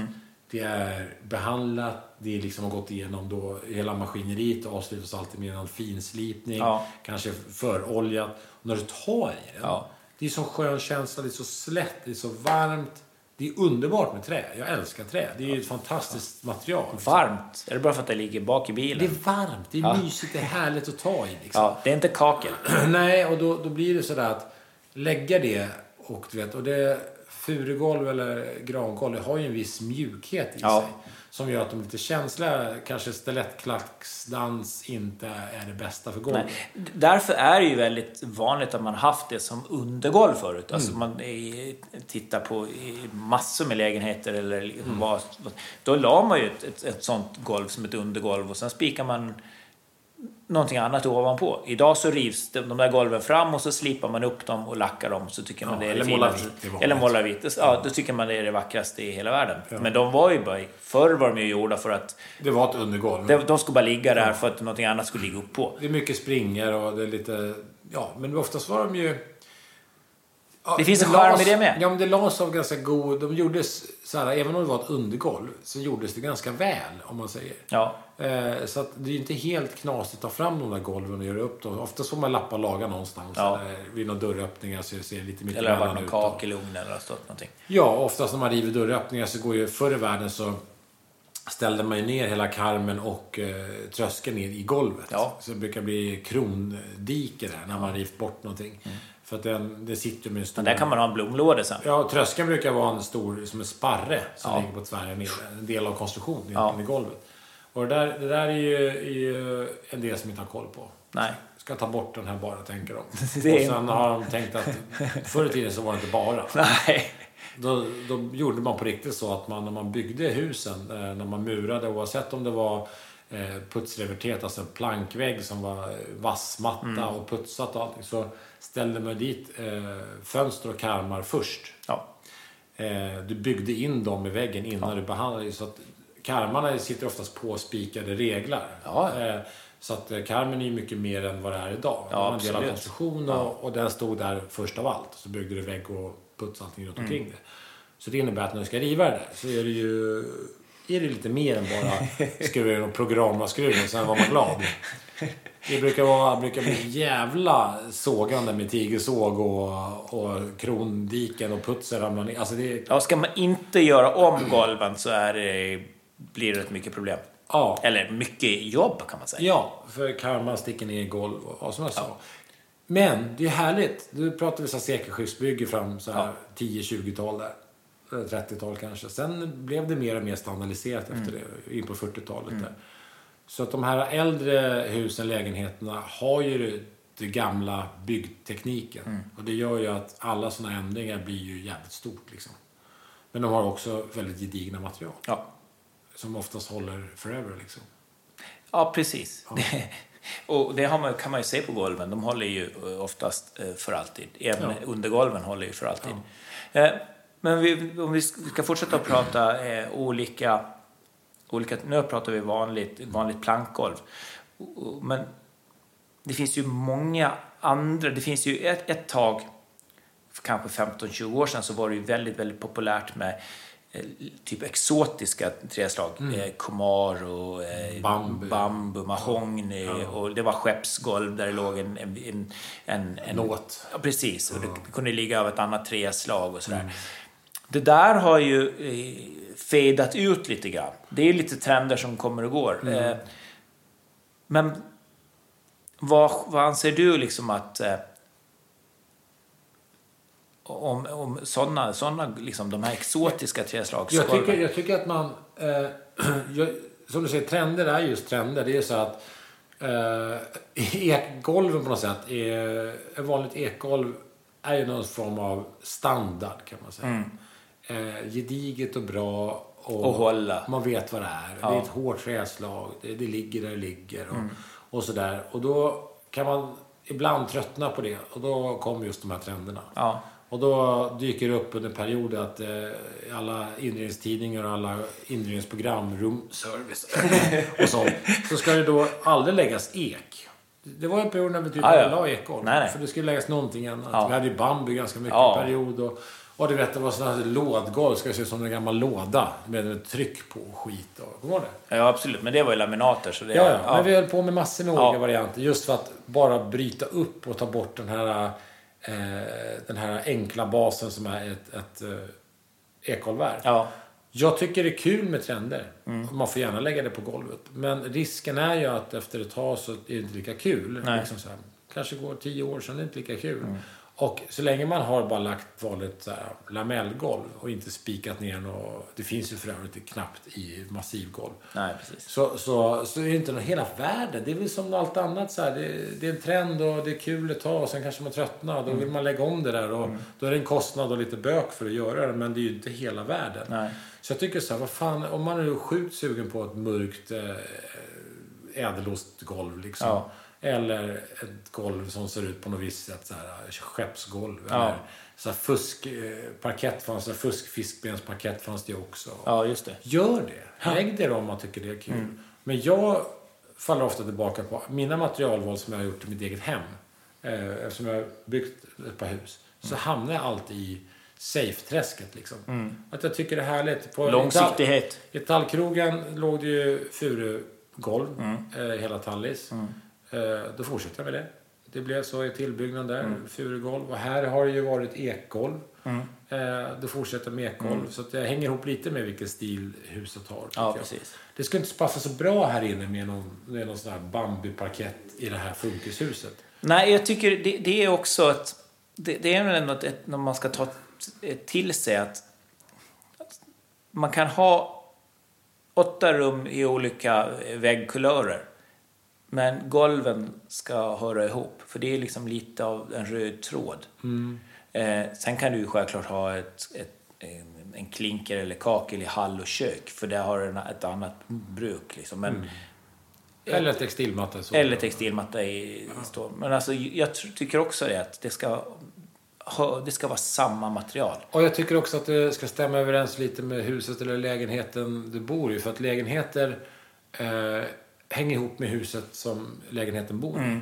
S2: det är behandlat, det är liksom har gått igenom då hela maskineriet och avslutas alltid med en finslipning,
S1: Ja.
S2: kanske föroljat. Och när du tar i den,
S1: Ja.
S2: det är så skön känsla, det är så slätt, det är så varmt. Det är underbart med trä. Jag älskar trä. Det är ju ett fantastiskt material.
S1: Varmt. Är det bara för att det ligger bak i
S2: Det är
S1: bilen?
S2: varmt, det är mysigt, det är härligt att ta i. Liksom.
S1: Ja, det är inte kakel.
S2: Nej, och då, då blir det sådär att lägga det och du vet, och det furugolv eller grangolv det har ju en viss mjukhet i
S1: Ja.
S2: sig. Som gör att de lite känsliga, kanske stilettklacksdans inte är det bästa för golvet.
S1: Nej. Därför är det ju väldigt vanligt att man haft det som undergolv förut.
S2: Mm.
S1: Alltså man eh, tittar på eh, massor med lägenheter eller
S2: Mm.
S1: liksom vad, vad- Då la man ju ett, ett, ett sånt golv som ett undergolv och sen spikar man någonting annat ovanpå. Idag så rivs de, de där golven fram och så slipar man upp dem och lackar dem så tycker man
S2: Ja,
S1: det är
S2: eller
S1: det
S2: målar
S1: finaste.
S2: vitt i vanligt.
S1: Eller målar vitt. Ja, då tycker man det är det vackraste i hela världen. Men de var ju bara... Förr var de ju gjorda för att
S2: Det var ett undergolv.
S1: de, de skulle bara ligga där för att någonting annat skulle ligga upp på.
S2: Det är mycket springer och det är lite... Ja, men oftast var de ju... Ja,
S1: Det finns en charm
S2: las-
S1: i det med.
S2: Ja, men det lades av ganska god... De gjordes så här, även om det var ett undergolv, så gjordes det ganska väl, om man säger.
S1: Ja.
S2: Eh, så att det är ju inte helt knasigt att ta fram de där golven och göra upp dem. Oftast får man lappa och laga någonstans.
S1: Ja.
S2: Eller vid några dörröppningar så det ser lite mitt
S1: Eller det har varit
S2: emellan
S1: någon
S2: ut.
S1: kakelugn eller det har stått någonting.
S2: Ja, oftast när man river dörröppningar så går ju förr i världen så ställde man ju ner hela karmen och eh, tröskeln ner i golvet.
S1: Ja.
S2: Så det brukar bli krondike där när man rivt bort någonting. För att den, det sitter med en stor...
S1: Mm. Men där kan man ha en blomlåda sen.
S2: Ja, tröskeln brukar vara en stor, som en sparre som
S1: Ja.
S2: ligger på tvären ner. En del av konstruktionen
S1: Ja.
S2: i golvet. Och det där, det där är, ju, är ju en del som inte har koll på.
S1: Nej.
S2: Ska ta bort den här bara, tänker de.
S1: Det är-
S2: Och sen har de tänkt att förr i tiden så var det inte bara.
S1: Nej.
S2: Då, då gjorde man på riktigt så att man, när man byggde husen, eh, när man murade, oavsett om det var eh, putsreverterat, alltså en plankvägg som var eh, vassmatta och putsat och allting, så ställde man dit eh, fönster och karmar först.
S1: Ja.
S2: Eh, du byggde in dem i väggen innan du behandlade det. Så att karmarna sitter oftast på spikade reglar.
S1: Ja.
S2: Eh, så att eh, karmen är ju mycket mer än vad det är idag.
S1: Ja,
S2: det var en del av
S1: absolut.
S2: konstruktion och, och den stod där först av allt. Så byggde du vägg och puts allting
S1: Mm.
S2: runt omkring det. Så det innebär att när du ska riva det där så är det ju är det lite mer än bara skruva och programma skruven sen var man glad. Det brukar, vara, brukar bli jävla sågande med tigersåg och, och krondiken och putsen ramlar ner. Alltså det,
S1: ja. Ska man inte göra om golven så är det, blir det rätt mycket problem.
S2: ja,
S1: Eller mycket jobb kan man säga.
S2: ja, för karman sticker ner i golv och, och som jag sa. Men det är härligt. Nu pratar vi så här sekelskiftsbygge fram så här 10-20-tal där. Eller 30-tal kanske. Sen blev det mer och mer standardiserat efter det, in på 40-talet där. Så att de här äldre husen, lägenheterna, har ju den gamla byggtekniken. Och det gör ju att alla sådana ändringar blir ju jävligt stort liksom. Men de har också väldigt gedigna material.
S1: Ja,
S2: Som oftast håller forever liksom.
S1: ja precis. Det, och det har man, kan man ju se på golven. De håller ju eh, oftast eh, för alltid. Även undergolven håller ju för alltid. Eh, Men vi, om vi ska fortsätta att prata eh, olika, olika... Nu pratar vi vanligt, vanligt plankgolv. O- o- Men det finns ju många andra. Det finns ju ett, ett tag, för kanske 15-20 år sedan, så var det ju väldigt, väldigt populärt med eh, typ exotiska träslag. Eh, komar och eh,
S2: Bambu.
S1: bambu mahogny. Och det var skeppsgolv där det låg en... en, en, en, en
S2: Något.
S1: Ja, precis. Och det kunde ligga av ett annat träslag och sådär. Det där har ju eh, fejdat ut lite grann. Det är lite trender som kommer och går. Eh, men vad, vad anser du liksom att eh, om, om sådana, såna, liksom, de här exotiska träslagskorvarna?
S2: Jag tycker, jag tycker att man... Eh, jag, som du säger, trender är just trender. Det är ju så att eh, ekgolven på något sätt, är, ett vanligt ekgolv är ju någon form av standard kan man säga. Eh, gediget och bra. Och,
S1: Och hålla.
S2: Man vet vad det är. Det är ett hårt träslag. Det, det ligger där det ligger och,
S1: Mm.
S2: och sådär. Och då kan man ibland tröttna på det. Och då kommer just de här trenderna.
S1: Ja.
S2: Och då dyker det upp under perioder att eh, i alla inredningstidningar och alla inredningsprogram, room service och sånt, så ska det då aldrig läggas ek. Det var en period när vi typ
S1: Ah, ja.
S2: aldrig la ekgolv.
S1: Nej, nej.
S2: För det skulle läggas någonting annat.
S1: Ja.
S2: Vi hade ju bambu ganska mycket
S1: Ja.
S2: i en period. Och, och du vet, det var sådana här lådgolv. Det ska se ut som en gammal låda med ett tryck på och skit. Och, kommer du ihåg det?
S1: ja, absolut. Men det var ju laminater. Så det,
S2: Ja, ja. Men vi höll på med massor med olika
S1: Ja.
S2: varianter. Just för att bara bryta upp och ta bort den här, eh, den här enkla basen som är ett, ett eh, ekolvär.
S1: ja.
S2: Jag tycker det är kul med trender. Man får gärna lägga det på golvet. Men risken är ju att efter ett tag så är det inte lika kul.
S1: Nej.
S2: Liksom så här, kanske går tio år sedan är det inte lika kul. Och så länge man har bara lagt vanligt så här, lamellgolv och inte spikat ner något. Det finns ju för övrigt knappt i massivgolv.
S1: Nej, precis.
S2: Så, så, så är det inte någon, hela världen. Det är väl som allt annat. Så här. Det, det är en trend och det är kul ett tag och sen kanske man tröttnar. Då
S1: Mm.
S2: vill man lägga om det där. Och Då är det en kostnad och lite bök för att göra det. Men det är ju inte hela världen.
S1: Nej.
S2: Så jag tycker så här, vad fan, om man är ju sjukt sugen på ett mörkt eh, ädelostgolv liksom.
S1: Ja.
S2: Eller ett golv som ser ut på något visst sätt, så här, skeppsgolv.
S1: Ja.
S2: Eller så här fusk, eh, parkett fanns, så här fusk, fiskbensparkett fanns det ju också.
S1: Ja, just det.
S2: Gör det. Lägg det då om man tycker det är kul. Men jag faller ofta tillbaka på mina materialval som jag har gjort i mitt eget hem. Eh, eftersom jag har byggt ett par hus. Så hamnar jag alltid i safe-träsket. Liksom. Att jag tycker det är härligt. På
S1: Långsiktighet.
S2: I tallkrogen låg det ju furugolv
S1: Mm.
S2: eh, hela Tallis. Eh, då fortsatte jag med det. Det blev så i tillbyggnaden där,
S1: Mm.
S2: furugolv. Och här har det ju varit ekgolv. Eh, då fortsätter jag med ekgolv. Så att jag hänger ihop lite med vilken stil huset har. tycker
S1: Mm. Ja,
S2: jag.
S1: precis.
S2: Det skulle inte passa så bra här inne med någon, med någon sån här bambuparkett i det här funkishuset.
S1: Nej, jag tycker det, det är också ett... Det, det är väl ändå ett, ett, när man ska ta t- till sig att man kan ha åtta rum i olika väggkulörer. Men golven ska höra ihop, för det är liksom lite av en röd tråd. Eh, sen kan du ju självklart ha ett, ett, en- en klinker eller kakel i hall och kök, för där har den ett annat bruk. Liksom. Men,
S2: Eller textilmatta. Så.
S1: eller textilmatta i i stål. Men alltså, jag tr- tycker också det att det ska, ha- det ska vara samma material.
S2: Och jag tycker också att det ska stämma överens lite med huset eller lägenheten du bor i. För att lägenheter eh, hänger ihop med huset som lägenheten bor i.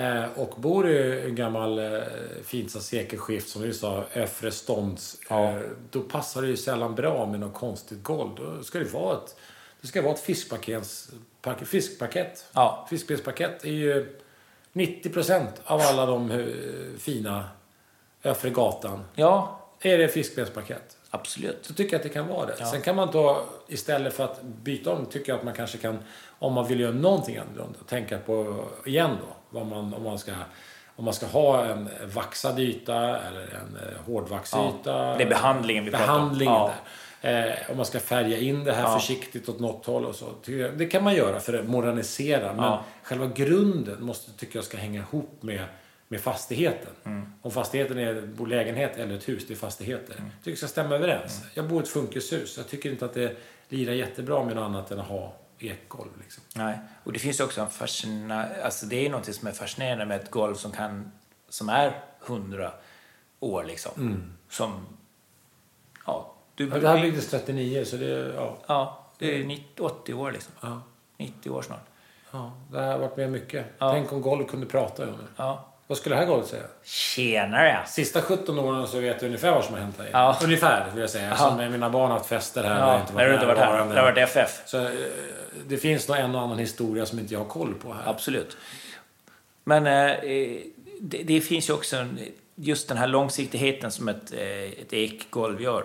S2: Eh, och bor du i en gammal eh, finsta sekelskift, som du sa, öfre stånds. Eh, då passar det ju sällan bra med något konstigt golv. Då ska det vara ett, det ska vara ett fiskparkets, park, fiskparkett.
S1: Ja.
S2: Fiskbensparkett är ju 90% av alla de eh, fina Öfre gatan
S1: Ja,
S2: är det fiskbensparkett
S1: absolut.
S2: så tycker jag att det kan vara det. Sen kan man då, istället för att byta om, tycker jag att man kanske kan, om man vill göra någonting annorlunda, tänka på igen då, vad man, om, man ska, om man ska ha en vaxad yta eller en eh, hårdvaxyta.
S1: Det är behandlingen vi pratar om.
S2: Behandlingen
S1: Ja.
S2: där. Eh, om man ska färga in det här försiktigt åt något håll och så. tycker jag- Det kan man göra för att modernisera. Men
S1: Ja.
S2: själva grunden måste, tycker jag ska hänga ihop med, med fastigheten.
S1: Mm.
S2: Om fastigheten är en lägenhet eller ett hus, det är fastigheter. Jag tycker det ska stämma överens.
S1: Mm.
S2: Jag bor i ett funkishus. Jag tycker inte att det lirar jättebra med något annat än att ha ekgolv. Liksom.
S1: Nej. Och det finns ju också en fascina... Alltså det är ju någonting som är fascinerande med ett golv som kan... Som är hundra år liksom. Som... Ja. Du,
S2: Mm. Ja, Det här byggdes 39, så det... Ja.
S1: ja, det är 90, 80 år liksom.
S2: Ja.
S1: 90 år snart.
S2: Ja. Det här har varit med mycket. Tänk om golv kunde prata. Jonny.
S1: Ja.
S2: Vad skulle det här golvet säga?
S1: Tjenare! alltså.
S2: Sista 17 åren så vet jag ungefär vad som har hänt här.
S1: Ja.
S2: Ungefär, vill jag säga. Som mina barn har haft fester här. där jag
S1: Ja, när du inte varit här.
S2: närvarande.
S1: Det har varit FF.
S2: Så eh, det finns nog en och annan historia som inte jag har koll på här.
S1: Absolut. Men eh, eh, det, det finns ju också en, just den här långsiktigheten som ett, eh, ett ekgolv gör.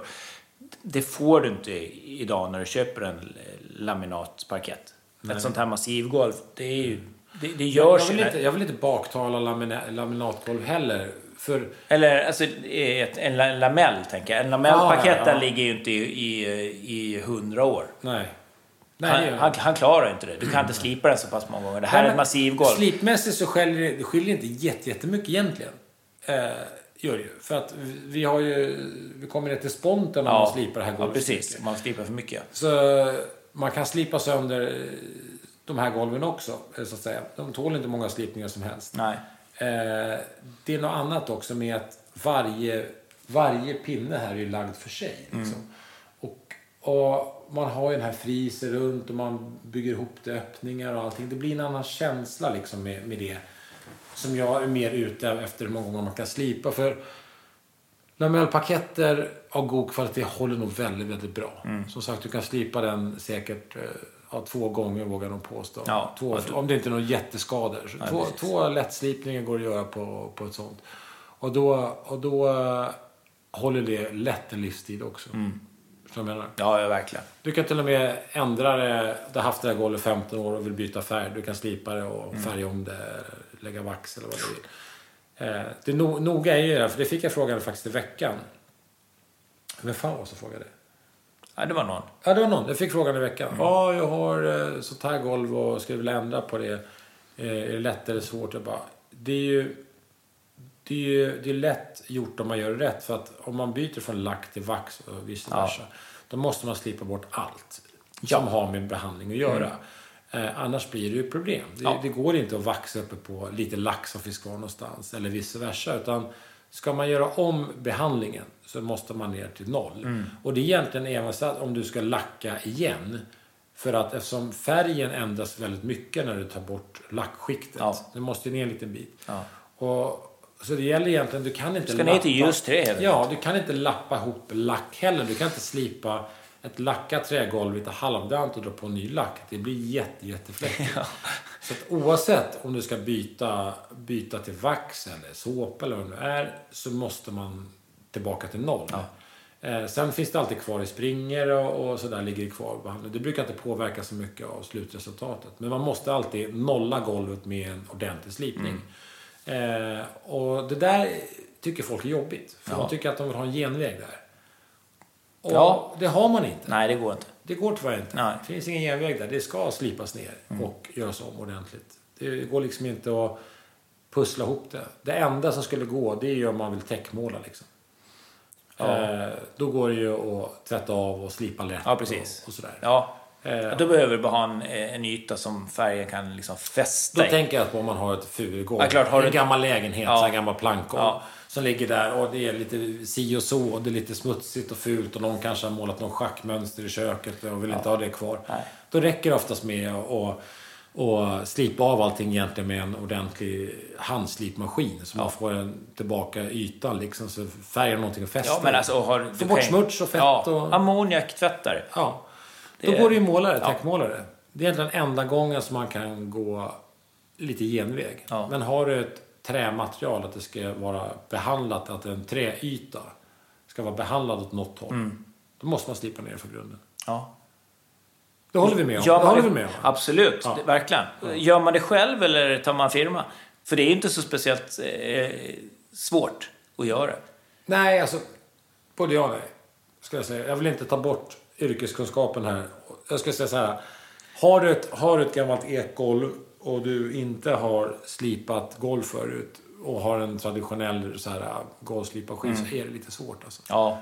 S1: Det får du inte i- idag när du köper en eh, laminatparkett. Ett sånt här massivgolv, det, är ju, det, det
S2: Mm. Jag
S1: görs ju.
S2: vill,
S1: när-
S2: inte, jag vill inte baktala lamina- laminatgolv heller. För
S1: Eller alltså, ett, en la- en lamell, tänker jag. En lamellparkett
S2: Ah, ja.
S1: den ligger ju inte i, i, i hundra år.
S2: nej. Nej, det gör
S1: han,
S2: jag
S1: han, han klarar inte det. Du kan inte slipa den så pass många gånger. Det här
S2: Nej,
S1: är ett
S2: men
S1: massivgolv.
S2: Slipmässigt så skiljer det, det skiljer inte jätte- jättemycket egentligen. Eh, gör det ju. För att vi- vi har ju... Vi kommer ner till sponten när man slipar det här
S1: ja,
S2: golvet.
S1: precis. Man slipar för mycket.
S2: Så man kan slipa sönder eh, de här golven också, eh, så att säga. De tål inte många slipningar som helst.
S1: Nej.
S2: Eh, det är något annat också med att varje, varje pinne här är lagd för sig.
S1: Mm.
S2: Liksom. Och, och man har ju den här friser runt och man bygger ihop det, öppningar och allting. Det blir en annan känsla liksom med, med det. Som jag är mer ute efter hur många gånger man kan slipa. För Lamellpaketter av god kvalitet håller nog väldigt, väldigt bra.
S1: Mm.
S2: Som sagt, du kan slipa den säkert eh, ja, två gånger, vågar de påstå.
S1: Ja,
S2: två,
S1: att du-
S2: Om det inte är några jätteskador. Så två,
S1: precis.
S2: två lättslipningar går att göra på, på ett sånt. Och då, och då eh, håller det lätt en livstid också. Förstår du vad jag menar?
S1: Ja, ja, verkligen.
S2: Du kan till och med ändra det. Du har haft det här golvet 15 år och vill byta färg. Du kan slipa det och färga om det, lägga vax eller vad du vill. Eh, Det no- noga är ju det, här, för det fick jag frågan faktiskt i veckan. Vem fan var det som frågade?
S1: Ja, det var någon.
S2: Ja, det var någon. Jag fick frågan i veckan. Ja, jag har eh, sånt här golv och skulle vilja ändra på det. Eh, Är det lätt eller svårt? Jag bara, det är ju... Det är ju det är lätt gjort om man gör det rätt. För att om man byter från lack till vax och vice versa. Då måste man slipa bort allt som har med behandling att göra. Eh, annars blir det ju problem. Det, det går inte att vaxa uppe på lite lack som finns kvar någonstans. Eller vice versa. Utan ska man göra om behandlingen så måste man ner till noll. Och det är egentligen även så att om du ska lacka igen. För att eftersom färgen ändras väldigt mycket när du tar bort lackskiktet.
S1: Ja.
S2: Du måste ju ner en liten bit.
S1: Ja.
S2: Och, så det gäller egentligen, du kan inte
S1: Ska ner till ljus trä, helt
S2: Ja, du kan inte lappa ihop lack heller. Du kan inte slipa ett lackat trägolv lite halvdant och dra på ny lack. Det blir jätte, jättefläckigt. Så att oavsett om du ska byta, byta till vax eller såpa eller vad det nu är så måste man tillbaka till noll. Eh, sen finns det alltid kvar i springer och, och sådär ligger det kvar. behandling. Det brukar inte påverka så mycket av slutresultatet. Men man måste alltid nolla golvet med en ordentlig slipning. Eh, och det där tycker folk är jobbigt. För de tycker att de vill ha en genväg där. Och
S1: Ja.
S2: det har man inte.
S1: Nej, det går inte.
S2: Det går tyvärr inte.
S1: Nej. Mm.
S2: Det finns ingen genväg där. Det ska slipas ner och göras om ordentligt. Det går liksom inte att pussla ihop det. Det enda som skulle gå, det är ju om man vill täckmåla liksom. Eh, då går det ju att tvätta av och slipa lätt
S1: Ja, precis.
S2: Och, och sådär.
S1: Ja.
S2: Eh,
S1: Då behöver du bara ha en, eh, en yta som färgen kan liksom fästa
S2: Då
S1: i.
S2: tänker jag på om man har ett furugolv.
S1: Ja, klart, har
S2: en
S1: du-
S2: gammal lägenhet,
S1: Ja.
S2: så en gammal plankgolv.
S1: Ja.
S2: Som ligger där och det är lite si och så. Och det är lite smutsigt och fult och någon kanske har målat någon schackmönster i köket och vill inte ha det kvar. Då räcker det oftast med att och, och slipa av allting egentligen med en ordentlig handslipmaskin. Så man får en tillbaka ytan liksom. Så färgen har någonting att fästa
S1: Ja, men alltså, och har, du
S2: Få bort
S1: kan-
S2: smuts och fett
S1: ja,
S2: och-
S1: Ammoniaktvättare.
S2: Ja. Eh, Då går det ju målare, täckmålare. Det är egentligen enda gången som man kan gå lite genväg.
S1: Ja.
S2: Men har du ett trämaterial, att det ska vara behandlat, att en träyta ska vara behandlad åt något håll. Då måste man slipa ner för grunden.
S1: Ja.
S2: Det håller vi med om.
S1: Gör
S2: det
S1: man
S2: håller
S1: det-
S2: vi med om.
S1: Absolut,
S2: Ja.
S1: det, verkligen. Gör man det själv eller tar man firma? För det är ju inte så speciellt eh, svårt att göra.
S2: Nej, alltså. Både jag och nej. Ska jag, säga. jag vill inte ta bort yrkeskunskapen här. Jag skulle säga så här. Har du ett, har du ett gammalt ekgolv och du inte har slipat golv förut och har en traditionell så här, golvsliparskiv så är det lite svårt. Alltså.
S1: Ja.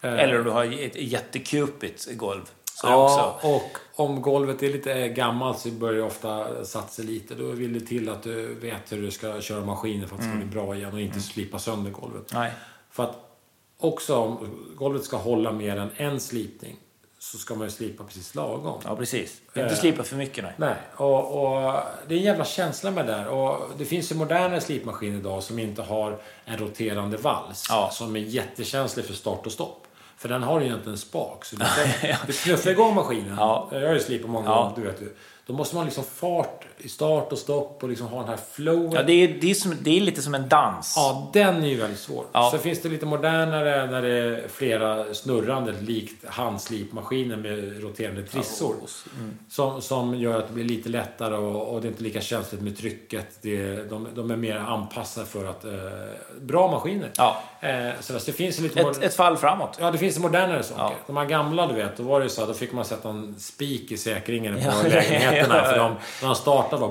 S2: Eh.
S1: Eller om du har ett jättekupigt golv. Så ja.
S2: Ja,
S1: också.
S2: och om golvet är lite gammalt så börjar det ofta satsa lite. Då vill det till att du vet hur du ska köra maskinen för att det ska bli bra igen och inte slipa sönder golvet.
S1: Mm. Nej.
S2: För att också om golvet ska hålla mer än en slipning så ska man ju slipa precis lagom.
S1: Ja, precis.
S2: Eh.
S1: Inte slipa för mycket, nej.
S2: Nej, och, och det är en jävla känsla med det där. Och det finns ju modernare slipmaskiner idag som inte har en roterande vals
S1: Ja.
S2: som är jättekänslig för start och stopp. För den har ju egentligen en spak, så du, du knuffar igång maskinen.
S1: Ja.
S2: Jag har ju slipat många
S1: Ja.
S2: gånger, du vet ju. Då måste man liksom fart i start och stopp och liksom ha den här flowen.
S1: Ja, det, är, det, är som, det är lite som en dans.
S2: Ja, den är ju väldigt svår.
S1: Ja.
S2: Sen finns det lite modernare när det är flera snurrande likt handslipmaskiner med roterande trissor.
S1: mm.
S2: Som, som gör att det blir lite lättare och, och det är inte lika känsligt med trycket. Det, är- de, de är mer anpassade för att... Eh, bra maskiner.
S1: Ja.
S2: Eh, så det finns lite...
S1: Ett, ett fall framåt.
S2: Ja, det finns modernare saker.
S1: Ja.
S2: De här gamla, du vet, då var det ju så här, då fick man sätta en spik i säkringen på
S1: Ja,
S2: lägenheterna.
S1: ja,
S2: För
S1: ja.
S2: de, när de startade var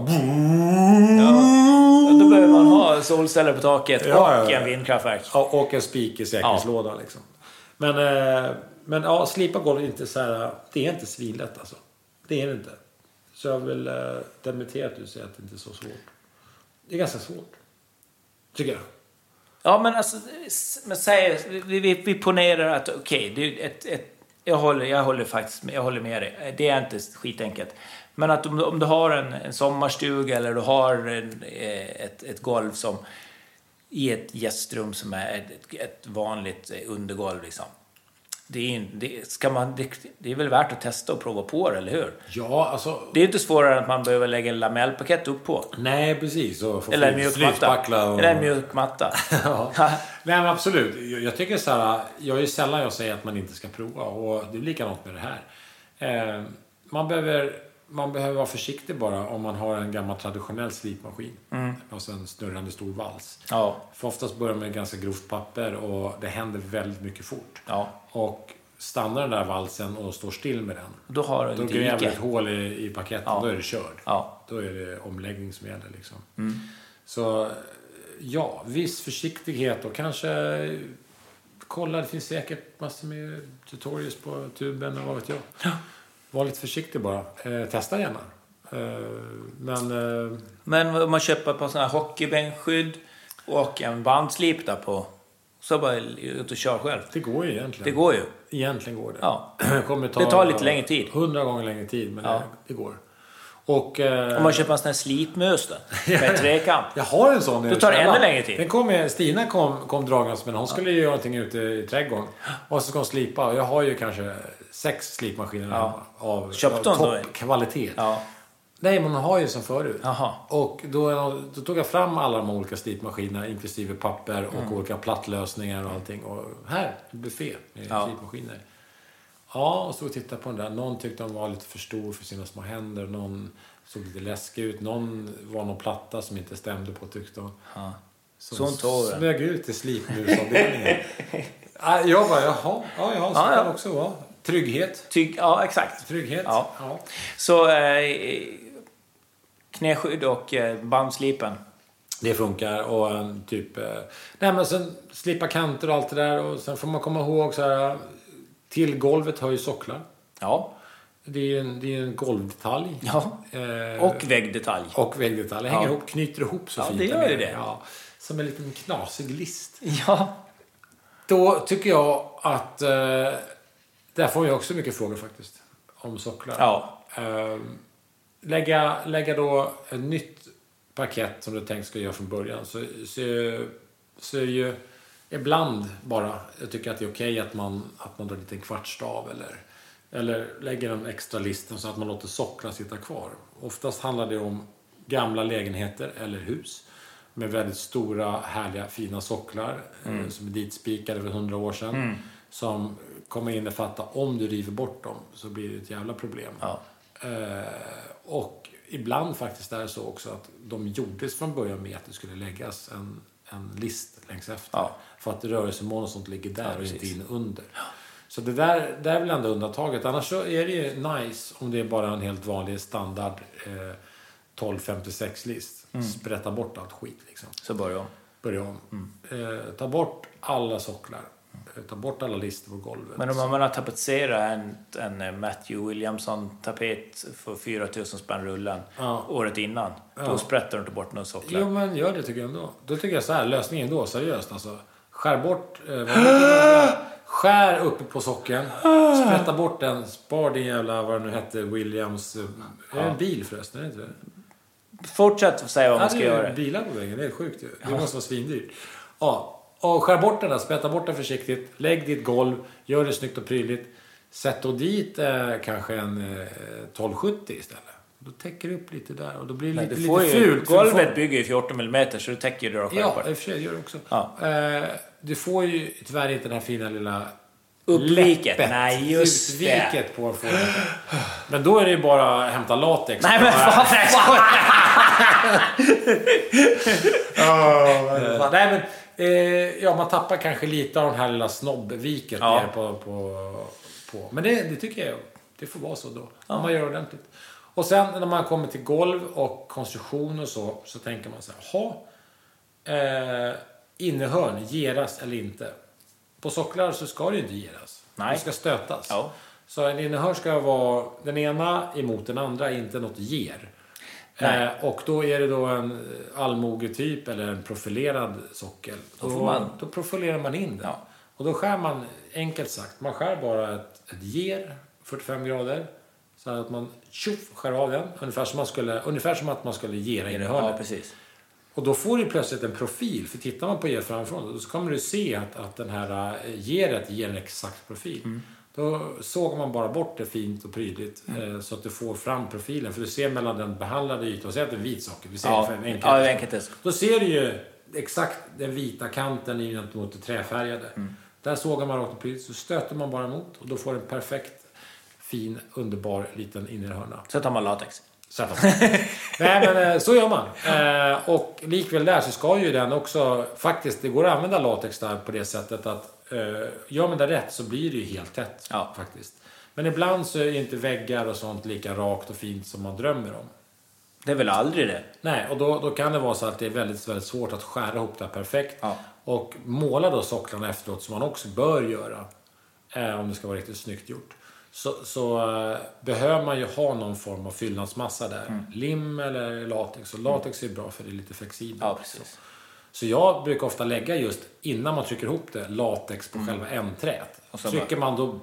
S1: Ja, Då behöver man ha solceller på taket
S2: Mm. Ja, ja,
S1: och
S2: ja.
S1: en vindkraftverk.
S2: Och och en spik i säkerhetslådan liksom. Men, eh, men ja, slipa golv är inte så här, det är inte svinlätt alltså. Det är det inte. Så jag vill eh, dementera att du säger att det inte är så svårt. Det är ganska svårt. Tycker jag.
S1: Ja, men alltså, s- men säg, vi, vi, vi ponerar att okej, det är ett, ett, jag, håller, jag håller faktiskt med- jag håller med dig. Det är inte skitenkelt. Men att om, du- om du har en, en sommarstuga eller du har en, eh, ett, ett golv som i ett gästrum som är ett, ett vanligt eh, undergolv liksom. Det är, ju- det, ska man, det, det är väl värt att testa och prova på det, eller hur?
S2: Ja, alltså.
S1: Det är inte svårare än att man behöver lägga en lamellpaket upp på.
S2: Nej, precis. Och få
S1: Eller en
S2: flyt-
S1: mjukmatta.
S2: flytspackla och-
S1: Eller en mjukmatta.
S2: Ja. Nej men absolut. Jag, jag tycker så här, jag är ju sällan jag säger att man inte ska prova och det är likadant med det här. Eh, man, behöver, man behöver vara försiktig bara om man har en gammal traditionell slipmaskin. Och sen snurrande stor vals.
S1: Ja.
S2: För oftast börjar man med ganska grovt papper och det händer väldigt mycket fort.
S1: Ja.
S2: Och stannar den där valsen och står still med den.
S1: Då har du
S2: Då
S1: ett
S2: gräver du
S1: dike.
S2: ett hål i, i paketten, då är det körd.
S1: Ja.
S2: Då är det omläggning som gäller. Liksom.
S1: Mm.
S2: Så ja, viss försiktighet och kanske eh, kolla, det finns säkert massor med tutorials på tuben och vad vet jag. Var lite försiktig bara. Eh, testa gärna. Eh, men eh,
S1: Men om man köper ett par sådana här hockeybänkskydd och en bandslip där på. Så bara ut och kör själv.
S2: det går ju egentligen.
S1: Det går ju.
S2: Egentligen går det.
S1: Ja.
S2: Kommer ta
S1: Det tar lite längre tid.
S2: Hundra gånger längre tid, men
S1: Ja.
S2: det, det går. Och, eh,
S1: Om man köper en sån här slipmös då. Med trekant.
S2: Jag har en sån
S1: Då tar det
S2: i källaren.
S1: ännu längre tid.
S2: Den kom, med- Stina kom, kom dragandes med den. Hon skulle ju göra någonting ute i trädgården. Och så ska hon slipa. Jag har ju kanske sex slipmaskiner hemma av,
S1: Köpte
S2: av
S1: hon då?
S2: toppkvalitet.
S1: Ja.
S2: Nej, men hon har ju som förut.
S1: Jaha.
S2: Och då, då tog jag fram alla de olika slipmaskinerna inklusive papper
S1: Mm.
S2: och olika plattlösningar och allting. Och här, en buffé med
S1: Ja.
S2: slipmaskiner. Ja, och så tittade på den där. Någon tyckte den var lite för stor för sina små händer. Någon såg lite läskig ut. Någon var någon platta som inte stämde på tyckte hon.
S1: Så hon tog den.
S2: smög ut i slipmusavdelningen. Ja, jag bara, jaha, ja, ja, så
S1: Ja,
S2: kan
S1: ja.
S2: det också vara. Trygghet.
S1: Tyg, ja, exakt.
S2: Trygghet.
S1: Ja. Så eh, knäskydd och eh, bandslipen.
S2: Det funkar och en typ... eh, Nej men sen slipa kanter och allt det där och sen får man komma ihåg så här... Till golvet hör ju socklar.
S1: Ja.
S2: Det är ju en, det är ju en golvdetalj.
S1: ja.
S2: Eh,
S1: Och väggdetalj.
S2: och väggdetalj. Hänger ihop, knyter ihop så
S1: Ja,
S2: fint.
S1: det
S2: där
S1: gör ju
S2: nere.
S1: det.
S2: Ja, som en liten knasig list.
S1: Ja.
S2: Då tycker jag att... Eh, där får jag också mycket frågor faktiskt. Om socklar.
S1: Ja.
S2: Ehm, lägga, lägga då ett nytt paket som du tänkt ska göra från början. Så, så, så är ju ibland bara, jag tycker att det är okej att man, att man drar dit en kvartsstav eller, eller lägger en extra listen så att man låter socklarna sitta kvar. Oftast handlar det om gamla lägenheter eller hus med väldigt stora, härliga, fina socklar eh, som är ditspikade för hundra år sedan. Som kommer innefatta, om du river bort dem, så blir det ett jävla problem.
S1: Ja.
S2: Eh, och ibland faktiskt är det så också att de gjordes från början med att det skulle läggas en, en list längs efter.
S1: Ja.
S2: För att rörelsemål och sånt ligger där och inte
S1: precis.
S2: in under. Så det där, det är väl ändå undantaget. Annars så är det ju nice om det är bara en helt vanlig standard eh, 1256-list.
S1: Mm.
S2: Sprätta bort allt skit liksom.
S1: Så börjar om.
S2: Börja om.
S1: Mm.
S2: Eh, ta bort alla socklar. Eh, Ta bort alla listor på golvet.
S1: Men om man har tapetserat en, en eh, Matthew Williamson-tapet för 4000 spänn rullen
S2: Ja.
S1: året innan,
S2: Ja.
S1: då sprättar du inte bort några socklar.
S2: Jo, men gör det tycker jag ändå. Då tycker jag så här, lösningen då, seriöst alltså. Skär bort... Eh, vad heter det? skär uppe på socken, sprätta bort den, spar din jävla, vad det nu hette, Williams... eh, Är det en bil förresten? Är det inte det?
S1: Fortsätt säga vad man
S2: Ja,
S1: ska
S2: det är ju
S1: göra.
S2: bilar på vägen, det är sjukt ju. Det måste vara svindyrt. Ja, och skär bort den där, sprätta bort den försiktigt, lägg ditt golv, gör det snyggt och prydligt. Sätt då dit eh, kanske en eh, 1270 istället. Då täcker det upp lite där och då blir det
S1: Men
S2: lite,
S1: du
S2: lite
S1: får
S2: fult.
S1: ju,
S2: för du får-
S1: golvet bygger ju 14 mm så du täcker ju det själv.
S2: Ja, i och för sig, det gör det också.
S1: Ja.
S2: Eh, du får ju tyvärr inte den här fina lilla...
S1: Uppviket.
S2: läppet,
S1: Nej, just det.
S2: Utviket på får du inte. Men då är det ju bara att hämta latex.
S1: Nej men fan!
S2: Eh, Nej, men eh, ja, man tappar kanske lite av den här lilla snobbviket
S1: Ja.
S2: ner på, på, på. Men det, det tycker jag, det får vara så då. Om man gör ordentligt. Och sen när man kommer till golv och konstruktion och så, så tänker man så här, ha eh, innehörn, geras eller inte. På socklar så ska det ju inte geras.
S1: Nej.
S2: Det ska stötas.
S1: Ja.
S2: Så en innehörn ska vara den ena emot den andra, inte något ger.
S1: Nej.
S2: Eh, och då är det då en allmogetyp eller en profilerad sockel.
S1: Då får man-
S2: då profilerar man in den.
S1: Ja.
S2: Och då skär man, enkelt sagt, man skär bara ett, ett ger, 45 grader. Så här att man tjoff, skär av den. Ungefär som, man skulle, ungefär som att man skulle gera in i hörnet.
S1: Ja, precis.
S2: Och då får du plötsligt en profil. För tittar man på er framifrån då så kommer du se att, att den här eh, geret ger en exakt profil.
S1: Mm.
S2: Då såg man bara bort det fint och prydligt
S1: Mm.
S2: eh, så att du får fram profilen. För du ser mellan den behandlade ytan, säg att det är en vit sockel. Vi ser
S1: Ja,
S2: för en enkel.
S1: ja, enkelt är det.
S2: Då ser du ju exakt den vita kanten gentemot det träfärgade.
S1: Mm.
S2: Där sågar man rakt och prydligt, så stöter man bara emot och då får du en perfekt, fin, underbar liten innerhörna.
S1: Så tar man latex.
S2: Sätt dem. Nej, men eh, så gör man. Eh, Och likväl där så ska ju den också... Faktiskt, det går att använda latex där på det sättet att eh, gör man det rätt så blir det ju helt tätt.
S1: Ja.
S2: Faktiskt. Men ibland så är inte väggar och sånt lika rakt och fint som man drömmer om.
S1: Det är väl aldrig det?
S2: Nej, och då, då kan det vara så att det är väldigt, väldigt svårt att skära ihop det här perfekt.
S1: Ja.
S2: Och måla då socklarna efteråt, som man också bör göra. Eh, om det ska vara riktigt snyggt gjort. Så, så eh, behöver man ju ha någon form av fyllnadsmassa där.
S1: Mm.
S2: Lim eller latex. Och latex är bra för det är lite flexibelt.
S1: Ja, precis.
S2: Så jag brukar ofta lägga just, innan man trycker ihop det, latex på själva ändträt.
S1: Mm. Och sen
S2: Trycker man då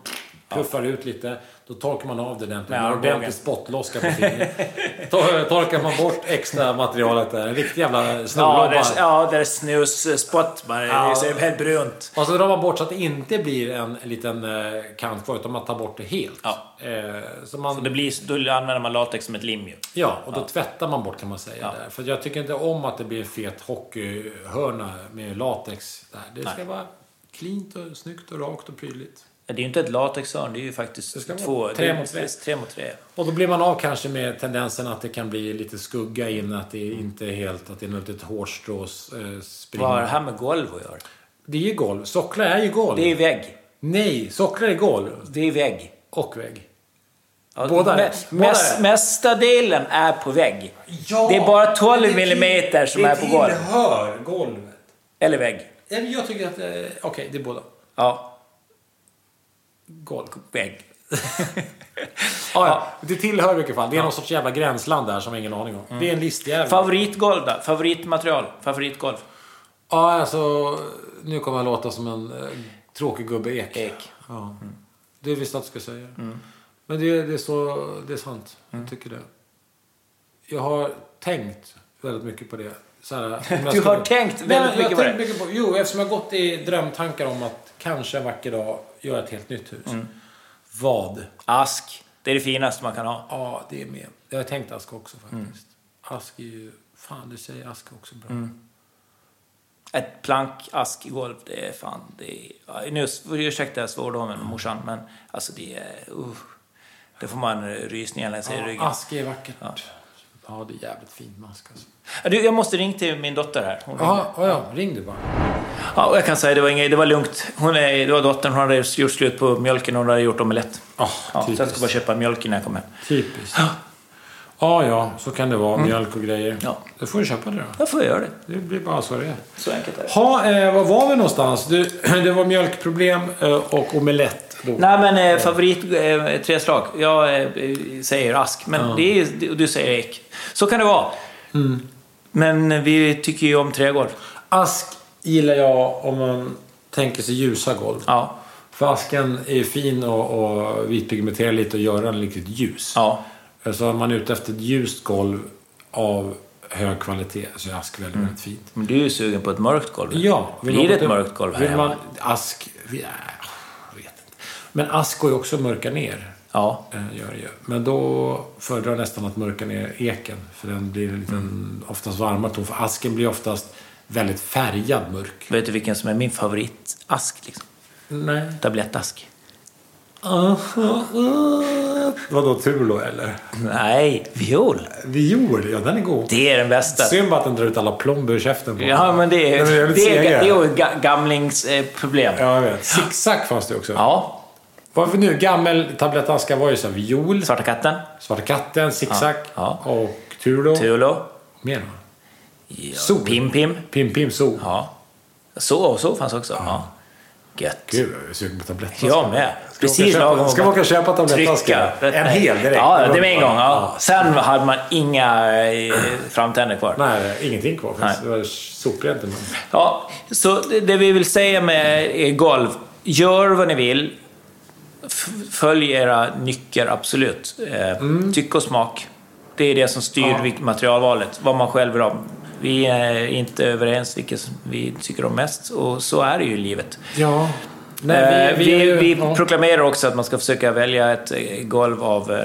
S2: puffar ut lite, då torkar man av det ordentligt.
S1: Med
S2: Med en
S1: armbågen.
S2: ordentlig spottloska på fingret. Tor- Torkar man bort extra materialet där, en riktig jävla
S1: Ja, det
S2: snorlobba.
S1: är, ja, det är snusspott bara.
S2: Ja.
S1: Det är helt brunt.
S2: Och så drar man bort så att det inte blir en liten eh, kant kvar, utan man tar bort det helt.
S1: Ja.
S2: Eh, så man,
S1: Och det blir, då använder man latex som ett lim ju.
S2: Ja, och då tvättar man bort kan man säga. Där. För jag tycker inte om att det blir en fet hockeyhörna med latex. Där. Det ska vara cleant och snyggt och rakt och prydligt.
S1: Det är ju inte ett latexhörn, det är ju faktiskt
S2: Det ska vara
S1: två...
S2: tre
S1: det är-
S2: mot tre.
S1: precis, tre mot tre.
S2: Och då blir man av kanske med tendensen att det kan bli lite skugga in, att
S1: Mm.
S2: det inte är helt, att det är något litet hårstrås eh, spring.
S1: Vad har det här med golv att göra?
S2: Det är ju golv. Socklar är ju golv.
S1: Det är vägg.
S2: Nej, socklar är golv.
S1: Det är vägg.
S2: Och vägg.
S1: Ja,
S2: Båda är
S1: mä-
S2: det. Båda
S1: mäs-
S2: är det.
S1: Mesta delen är på vägg.
S2: Ja,
S1: det är bara 12
S2: men det till-
S1: millimeter som är på golv.
S2: Det tillhör golvet.
S1: Eller vägg.
S2: Nej, men Jag tycker att... eh, Okej, det är båda.
S1: Ja,
S2: Golv.
S1: vägg. Ah,
S2: Ja, ja. Det tillhör i vilket fall. Det är någon sorts jävla gränsland där som jag har ingen aning om.
S1: Mm.
S2: Det är en listjävel.
S1: Favoritgolv då? Favoritmaterial? Favoritgolv?
S2: ja, alltså... Nu kommer jag låta som en eh, tråkig gubbe Ek.
S1: Ek. Mm.
S2: Ja. Det visste jag att du skulle säga. Men det, det, är så, det är sant.
S1: Mm.
S2: Jag tycker det. Jag har tänkt väldigt mycket på det. Så här, om jag
S1: Du
S2: ska-
S1: har tänkt
S2: Nej,
S1: väldigt
S2: jag
S1: mycket på
S2: har
S1: det.
S2: tänkt mycket på Jo, eftersom jag har gått i drömtankar om att kanske en vacker dag göra ett helt nytt hus.
S1: Mm.
S2: Vad?
S1: Ask. Det är det finaste man kan ha.
S2: Ja, det är med. Jag har tänkt ask också faktiskt. Ask är ju... Fan, du säger ask också bra.
S1: Ett plankaskgolv, det är fan... Det är, ja, nu, ursäkta svordomen, morsan, men alltså det är... Uh, det får man eh, rysningar längs i
S2: Ja,
S1: ryggen.
S2: ask är vackert. Ja. det är jävligt fint med ask alltså.
S1: Ja, Du, jag måste ringa till min dotter här. Hon ringde.
S2: Ja, ja, ja, ring du bara.
S1: ja, och jag kan säga det var inget, det var lugnt. Hon är, det var dottern, hon hade gjort slut på mjölken och hon hade gjort omelett. Ja,
S2: Ja,
S1: så jag ska
S2: typiskt.
S1: bara köpa mjölken när jag kommer hem.
S2: Typiskt. Ja, ja, så kan det vara. Mjölk och grejer.
S1: Ja.
S2: Då får du köpa det då.
S1: Då får jag göra det.
S2: Det blir bara så det är.
S1: Så enkelt är det.
S2: Ha, eh, var var vi någonstans? Du, det var mjölkproblem eh, och omelett då.
S1: Nej men eh, favorit eh, tre slag. Jag eh, säger ask, men det är, ju- och du säger ek. Så kan det vara.
S2: Mm.
S1: Men vi tycker ju om trädgård.
S2: Ask gillar jag om man tänker sig ljusa golv.
S1: Ja.
S2: För asken är ju fin och, och vitpigmenterad lite och gör den riktigt ljus.
S1: Ja.
S2: Så om man är ute efter ett ljust golv av hög kvalitet så är ask väldigt, väldigt fint.
S1: Men du är ju sugen på ett mörkt golv.
S2: Ja,
S1: Mm. Blir det
S2: någon-
S1: ett mörkt golv här
S2: vill
S1: hemma?
S2: äh, man, Ask... Ja, jag vet inte. Men ask går ju också att mörka ner.
S1: Ja.
S2: Eh, gör det ju. Men då föredrar jag nästan att mörka ner eken. För den blir en
S1: Mm.
S2: liten, oftast varmare ton. För asken blir oftast väldigt färgad mörk.
S1: Vet du vilken som är min favoritask? Liksom?
S2: Nej.
S1: Tablettask.
S2: Vadå, tulo eller?
S1: Nej, viol.
S2: Viol, ja den är god.
S1: Det är den bästa.
S2: Synd bara att den drar ut alla plomber ur käften på
S1: Ja,
S2: den.
S1: men det är,
S2: Den är
S1: det är,
S2: jävligt sega.
S1: det är ju ga- gamlingsproblem. Ja.
S2: Ja, jag vet. Zigzag fanns det också.
S1: ja.
S2: Varför nu? Gammel tablettaska var ju så här viol,
S1: Svarta katten.
S2: Svarta katten, zigzag
S1: Ja,
S2: och tulo.
S1: Tulo.
S2: Mer då?
S1: Ja.
S2: Sol.
S1: Pim Pim.
S2: Pim Pim Zoo.
S1: Ja. Så och så fanns också. Ja. Gött.
S2: Gud, jag är sugen på tablettaska.
S1: Jag med.
S2: Ska man
S1: Precis
S2: åka och
S1: lagom.
S2: köpa- Ska man åka och köpa tablettaska?
S1: Trycka.
S2: En hel direkt?
S1: Ja, det var en gång. Ja. Sen hade man inga eh, framtänder kvar.
S2: Nej, ingenting kvar faktiskt. Det var soprent i munnen.
S1: Ja, så det- det vi vill säga med eh, golv, gör vad ni vill. F- Följ era nycker, absolut. Eh,
S2: Mm.
S1: Tycke och smak. Det är det som styr vilket materialvalet, vad man själv vill ha. Vi är inte överens vilket som vi tycker om mest och så är det ju i livet.
S2: Ja.
S1: Eh, vi vi,
S2: ja.
S1: proklamerar också att man ska försöka välja ett eh, golv av eh,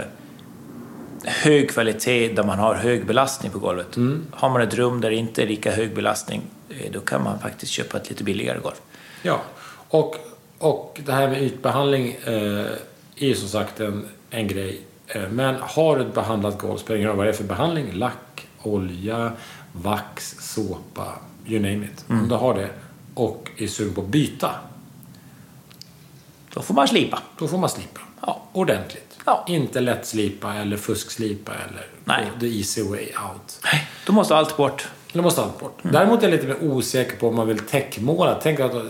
S1: hög kvalitet där man har hög belastning på golvet.
S2: Mm.
S1: Har man ett rum där det inte är lika hög belastning, eh, då kan man faktiskt köpa ett lite billigare golv.
S2: Ja, och, och det här med ytbehandling eh, är ju som sagt en, en grej. Eh, men har du ett behandlat golv, spelar ingen roll vad det är för behandling, lack, olja, vax, såpa, you name it.
S1: Mm.
S2: Om du har det och är sugen på att byta,
S1: Då får man slipa.
S2: då får man slipa.
S1: Ja.
S2: Ordentligt.
S1: Ja.
S2: Inte lättslipa eller fuskslipa eller
S1: Nej.
S2: the easy way out.
S1: Då måste allt bort.
S2: Det måste allt bort. Däremot är jag lite mer osäker på om man vill täckmåla. Tänk att, jag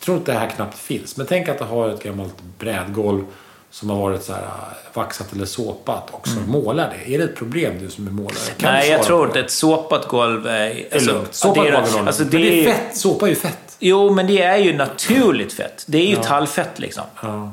S2: tror inte det här knappt finns, men tänk att du har ett gammalt brädgolv som har varit så här äh, waxat eller såpat och så målar det. Är det ett problem du som är målare? Kan du
S1: Nej,
S2: svara
S1: jag tror
S2: på
S1: att ett såpat golv är...
S2: Det är lugnt. Såpa
S1: det
S2: är
S1: är,
S2: alltså,
S1: alltså, det
S2: Men det är
S1: är,
S2: fett. Såpa är ju fett.
S1: Jo, men det är ju naturligt fett. Det är ju tallfett liksom.
S2: Ja.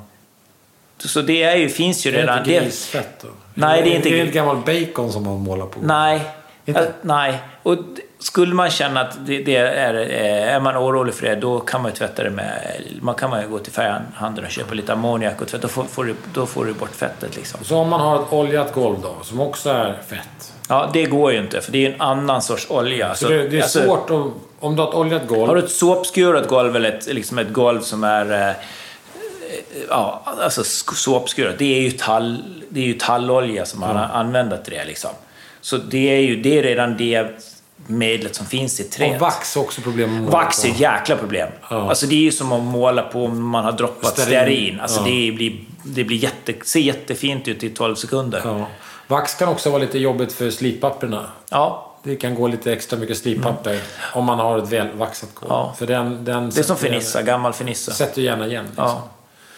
S1: Så det är ju, finns ju
S2: Är det
S1: redan.
S2: inte
S1: det,
S2: grisfett då?
S1: Nej, det är inte
S2: Det är
S1: gris-
S2: ett gammalt bacon som man målar på.
S1: Nej.
S2: Inte?
S1: Att- nej. Och d- skulle man känna att det, det är, eh, är man orolig för det, då kan man ju tvätta det med... Man kan man ju gå till färghandeln och köpa lite ammoniak och tvätta. Då får, får du, då får du bort fettet liksom.
S2: Så om man har ett oljat golv då, som också är fett.
S1: Ja, det går ju inte, för det är ju en annan sorts olja.
S2: Så det, det är
S1: alltså,
S2: svårt om, om du har ett oljat golv.
S1: Har du ett såpskurat golv eller ett, liksom ett golv som är... eh, eh, Ja, alltså sk- såpskurat. Det är ju, tall, det är ju tallolja som man
S2: Mm.
S1: har använt till det liksom. Så det är ju det är redan det medlet som finns i träet.
S2: Och vax är också problem att måla
S1: Vax
S2: på.
S1: är ett jäkla problem.
S2: Ja.
S1: Alltså det är ju som att måla på om man har droppat
S2: Stearin.
S1: stearin. Alltså
S2: Ja.
S1: det, blir, det blir jätte, ser jättefint ut i 12 sekunder. Ja.
S2: Ja. Vax kan också vara lite jobbigt för slippapperna. Det kan gå lite extra mycket slippapper om man har ett välvaxat golv.
S1: Ja.
S2: För den, den
S1: Det är
S2: sätter
S1: som fernissa, gammal fernissa.
S2: gärna- Sätter gärna igen. Liksom.
S1: Ja.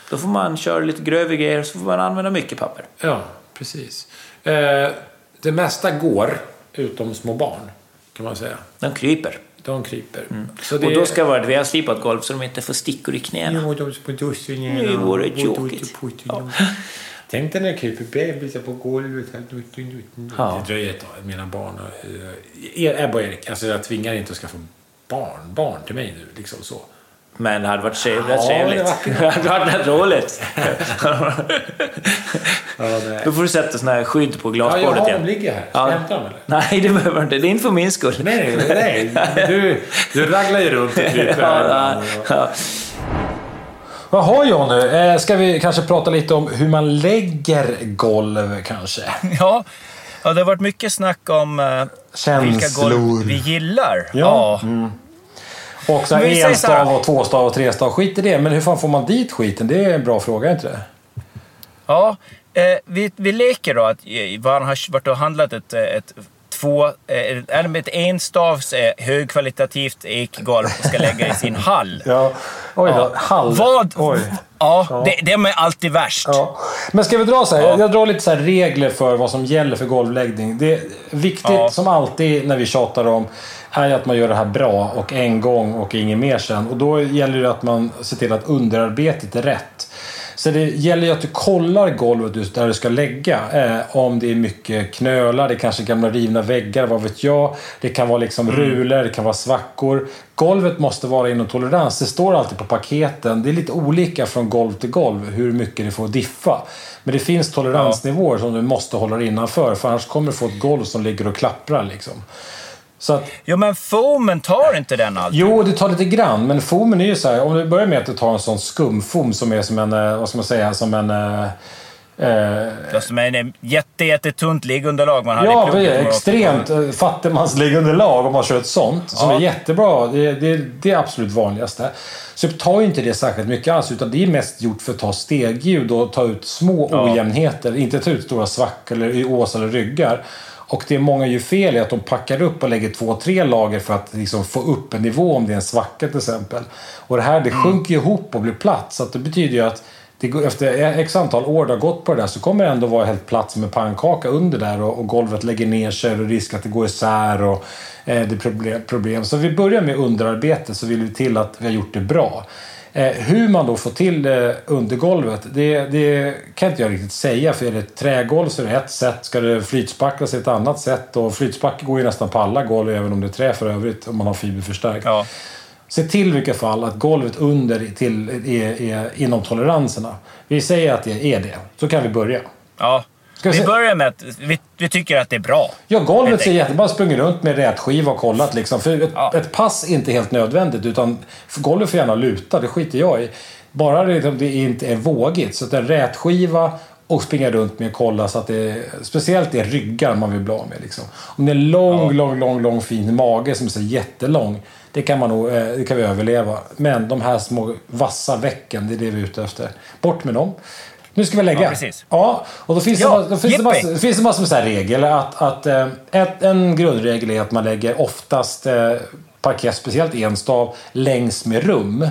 S1: Då får man köra lite grövre grejer, så får man använda mycket papper.
S2: Ja, precis. Eh, det mesta går, utom små barn, kan man säga.
S1: De kryper.
S2: De kryper. Så det
S1: Mm. Och då ska det vara ett välslipat golv så de inte får stickor i knäna.
S2: Nu
S1: Nu vore det tråkigt. Ja.
S2: Tänk dig när det kryper bebisar på golvet. här.
S1: Ja.
S2: Det dröjer ett tag. Mina barn... eh, Ebba och Erik, alltså jag tvingar inte att skaffa barnbarn barn till mig nu. Liksom så.
S1: Men det hade varit trevligt.
S2: Ja,
S1: trevligt.
S2: det
S1: Det hade varit rätt roligt.
S2: nej.
S1: Då får du sätta sån här skydd på
S2: Ja, jag
S1: glasbordet
S2: har
S1: igen.
S2: dem ligger här. Ska
S1: Ja.
S2: jag hämta dem eller?
S1: Nej, det behöver du inte. Det är inte för min skull.
S2: Nej, nej. Du, du raglar ju runt typ och kryper
S1: Ja, ja.
S2: Jaha Jonny, eh, ska vi kanske prata lite om hur man lägger golv kanske?
S1: Ja. ja, det har varit mycket snack om eh, vilka golv
S2: Känslor.
S1: vi gillar.
S2: Ja. Mm. Och så här,
S1: Men vi säger så här.
S2: enstav och tvåstav och trestav, skit i det. Men hur fan får man dit skiten? Det är en bra fråga, inte det?
S1: Ja, eh, vi, vi leker då att eh, man har varit och handlat ett, eh, ett två, eh, eller ett enstavs eh, högkvalitativt ekgolv och ska lägga i sin hall.
S2: Ja. Oj då, halv.
S1: Vad?
S2: Oj.
S1: Ja, Det, det är alltid värst.
S2: Ja. Men ska vi dra så här?
S1: Ja.
S2: Jag drar lite så här regler för vad som gäller för golvläggning. Det är viktigt,
S1: Ja.
S2: som alltid när vi tjatar om, är ju att man gör det här bra och en gång och inget mer sen. Och då gäller det att man ser till att underarbetet är rätt. Så det gäller ju att du kollar golvet just där du ska lägga. Eh, om det är mycket knölar, det kanske är gamla rivna väggar, vad vet jag. Det kan vara liksom rulor, det kan vara svackor. Golvet måste vara inom tolerans. Det står alltid på paketen. Det är lite olika från golv till golv hur mycket det får diffa. Men det finns toleransnivåer som du måste hålla dig innanför. För annars kommer du få ett golv som ligger och klapprar liksom. Så att,
S3: Jo, men foamen tar inte den alltid.
S2: Jo, det tar lite grann, men foamen är ju så här. Om du börjar med att du tar en sån skumfom som är som en, eh, vad ska man säga, som en... eh, eh,
S3: Det
S1: Alltså,
S3: som är en jätte, jättetunt liggunderlag man hade
S2: ja,
S3: i
S2: vi
S3: plugget.
S2: är extremt eh, fattigmansliggunderlag om man kör ett sånt. Som är jättebra. Det, det, det är absolut vanligaste. Så det tar ju inte det särskilt mycket alls. Utan det är mest gjort för att ta stegljud och ta ut små ojämnheter. Inte ta ut stora svackor eller ås eller ryggar. Och det många gör fel är att de packar upp och lägger två, tre lager för att liksom få upp en nivå om det är en svacka till exempel. Och det här det
S3: Mm.
S2: sjunker ju ihop och blir platt. Så att det betyder ju att det går, efter x antal år det har gått på det där så kommer det ändå vara helt platt som en pannkaka under där och, och golvet lägger ner sig och risk att det går isär och eh, det är problem, problem. Så vi börjar med underarbete så vill vi till att vi har gjort det bra. Eh, hur man då får till eh, undergolvet, det, det kan inte jag riktigt säga. För är det ett trägolv så är det ett sätt. Ska det flytspacklas så är det ett annat sätt. Och flytspackel går ju nästan på alla golv, även om det är trä för övrigt, om man har fiberförstärkt.
S3: Ja.
S2: Se till i vilka fall att golvet under till, är, är inom toleranserna. Vi säger att det är det, så kan vi börja.
S3: Ja.
S2: Ska vi
S3: vi
S2: se-
S3: börjar med att vi, vi tycker att det är bra.
S2: Ja, golvet
S3: Helt
S2: ser jättebra ut. sprungit runt med rätskiva och kollat. Liksom. För ett,
S3: Ja.
S2: ett pass är inte helt nödvändigt, utan för golvet får gärna luta. Det skiter jag i. Bara det, liksom, det inte är vågigt. Så att en rätskiva och springa runt med och kolla. Så att det, speciellt det är ryggar man vill bli av med. Liksom. Om det är en lång, lång, lång, lång fin mage som är så jättelång. Det kan, man nog, eh, det kan vi överleva. Men de här små vassa vecken, det är det vi är ute efter. Bort med dem. Nu ska vi lägga.
S3: Ja, precis.
S2: Ja, och då finns,
S3: Ja,
S2: det, då finns det
S3: jippi!
S2: massor, det finns det massor med så här regler. Att, att, eh, ett, en grundregel är att man lägger oftast eh, parkett, speciellt enstav, längs med rum.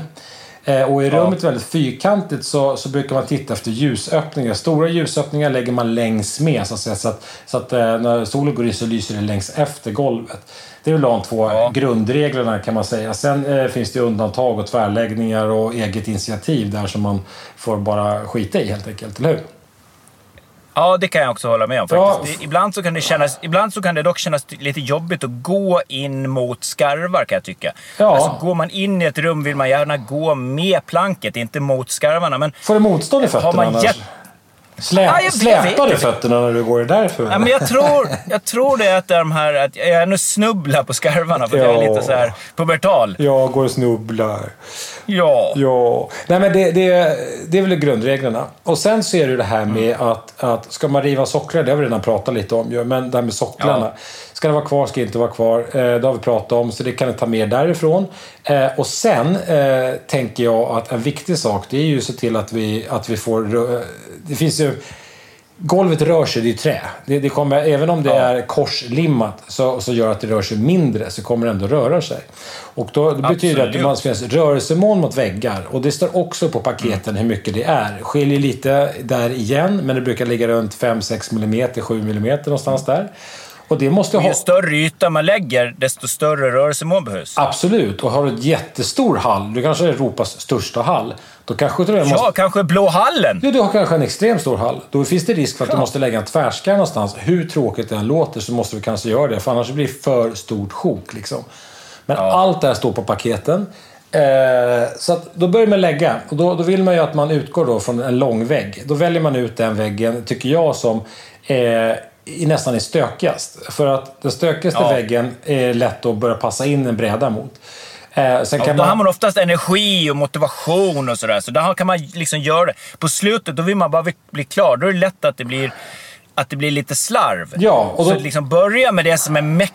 S2: Eh, och är rummet väldigt fyrkantigt så, så brukar man titta efter ljusöppningar. Stora ljusöppningar lägger man längs med så att, säga, så att, så att eh, när solen går i så lyser det längs efter golvet. Det är väl de två grundreglerna kan man säga. Sen eh, finns det ju undantag och tvärläggningar och eget initiativ där som man får bara skita i helt enkelt, eller hur?
S3: Ja, det kan jag också hålla med om
S2: Ja.
S3: faktiskt. Det, ibland, så kan det kännas, ibland så kan det dock kännas ty- lite jobbigt att gå in mot skarvar kan jag tycka.
S2: Ja.
S3: Alltså, går man in i ett rum vill man gärna gå med planket, inte mot skarvarna. Men,
S2: Får du motstånd i fötterna
S3: Har man
S2: annars?
S3: jätte-
S2: Slä...
S3: Ja, jag vet
S2: Släpar du
S3: inte.
S2: fötterna när du går därför?
S3: ja, men jag, tror, jag tror det är att, det är de här, att jag ännu snubblar på skarvarna för att jag är
S2: Ja.
S3: lite så här pubertal.
S2: Jag går och snubblar.
S3: Ja.
S2: Ja. Nej, men det, det, det är väl grundreglerna. Och sen så är det ju det här med att, att ska man riva socklar, det har vi redan pratat lite om ju, men det här med socklarna.
S3: Ja.
S2: Ska det vara kvar, ska det inte vara kvar. Eh, det har vi pratat om, så det kan ni ta med därifrån. Eh, och sen eh, tänker jag att en viktig sak, det är ju så till att vi, att vi får... rö- Det finns ju... Golvet rör sig, det är ju trä. Det, det kommer, även om det är korslimmat så, så gör att det rör sig mindre, så kommer det ändå röra sig. Och då, det betyder att det
S3: Absolut.
S2: måste finnas rörelsemål mot väggar. Och det står också på paketen hur mycket det är. Skiljer lite där igen, men det brukar ligga runt 5-6 mm, 7 mm någonstans där. Och det måste ha...
S3: Ju större yta man lägger, desto större rörelsemål behövs.
S2: Absolut, och har du en jättestor hall, du kanske är Europas största hall, då kanske du måste...
S3: Ja, kanske Blå hallen.
S2: Ja, du har kanske en extremt stor hall. Då finns det risk för att du måste lägga en tvärskär någonstans. Hur tråkigt det än låter så måste du kanske göra det, för annars blir det för stort sjok. Liksom. Men allt det här står på paketen. Eh, så att då börjar man lägga. Och då, då vill man ju att man utgår då från en lång vägg. Då väljer man ut den väggen, tycker jag, som eh, i- nästan är stökigast. För att den stökigaste
S3: Ja.
S2: väggen är lätt att börja passa in en bräda mot. Eh, sen
S3: Ja,
S2: kan
S3: då
S2: man...
S3: har man oftast energi och motivation och sådär. Så där kan man liksom göra det. På slutet då vill man bara bli klar. Då är det lätt att det blir, att det blir lite slarv.
S2: Ja, och då-
S3: Så liksom börja med det som är mäckigt.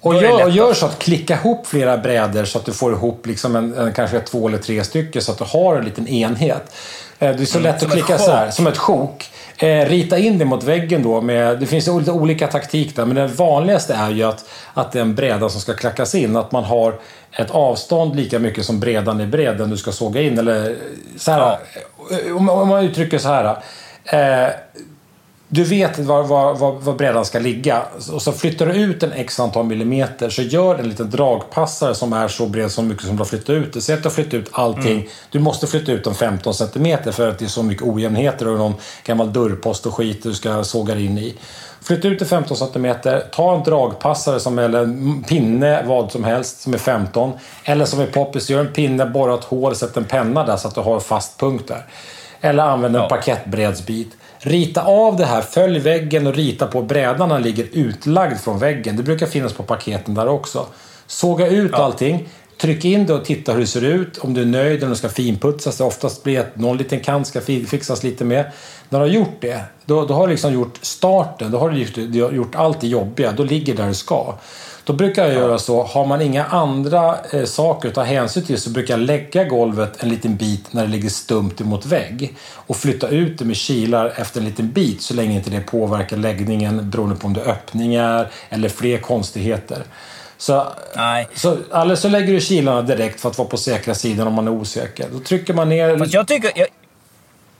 S2: Och
S3: Då är det
S2: gör,
S3: lätt.
S2: och gör så att klicka ihop flera brädor så att du får ihop liksom en, en, kanske två eller tre stycken så att du har en liten enhet. Eh, Det är så lätt
S3: Mm, som
S2: att
S3: ett
S2: klicka
S3: sjok.
S2: så här, som ett sjok. Eh, rita in det mot väggen då. Med, det finns ju lite olika taktik där, men den vanligaste är ju att, att det är en bräda som ska klackas in. Att man har ett avstånd lika mycket som brädan är bred, den du ska såga in. Eller så här, om, om man uttrycker så här. Eh, Du vet var, var, var, var brädan ska ligga och så flyttar du ut en x antal millimeter så gör en liten dragpassare som är så bred som mycket som du har flyttat ut det. Säg att du har flyttat ut allting. Du måste flytta ut den 15 centimeter för att det är så mycket ojämnheter och någon gammal dörrpost och skit du ska såga in i. Flytta ut det 15 centimeter. Ta en dragpassare som, eller en pinne, vad som helst, som är 15. Eller som är poppis, gör en pinne, borra ett hål, sätt en penna där så att du har en fast punkt där. Eller använd en parkettbrädsbit. Rita av det här, följ väggen och rita på brädan när den ligger utlagd från väggen. Det brukar finnas på paketen där också. Såga ut allting, tryck in det och titta hur det ser ut. Om du är nöjd, om det ska finputsas. Det oftast blir att någon liten kant ska fi- fixas lite mer. När du har gjort det, då, då har du liksom gjort starten. Då har du gjort, du har gjort allt det jobbiga. Då ligger det där det ska. Då brukar jag göra så. Har man inga andra eh, saker att ta hänsyn till så brukar jag lägga golvet en liten bit när det ligger stumt emot vägg och flytta ut det med kilar efter en liten bit så länge inte det påverkar läggningen beroende på om det är öppningar eller fler konstigheter. Så,
S3: Nej.
S2: Så, eller så lägger du kilarna direkt för att vara på säkra sidan om man är osäker. Då trycker man ner...
S3: Fast jag tycker... Jag,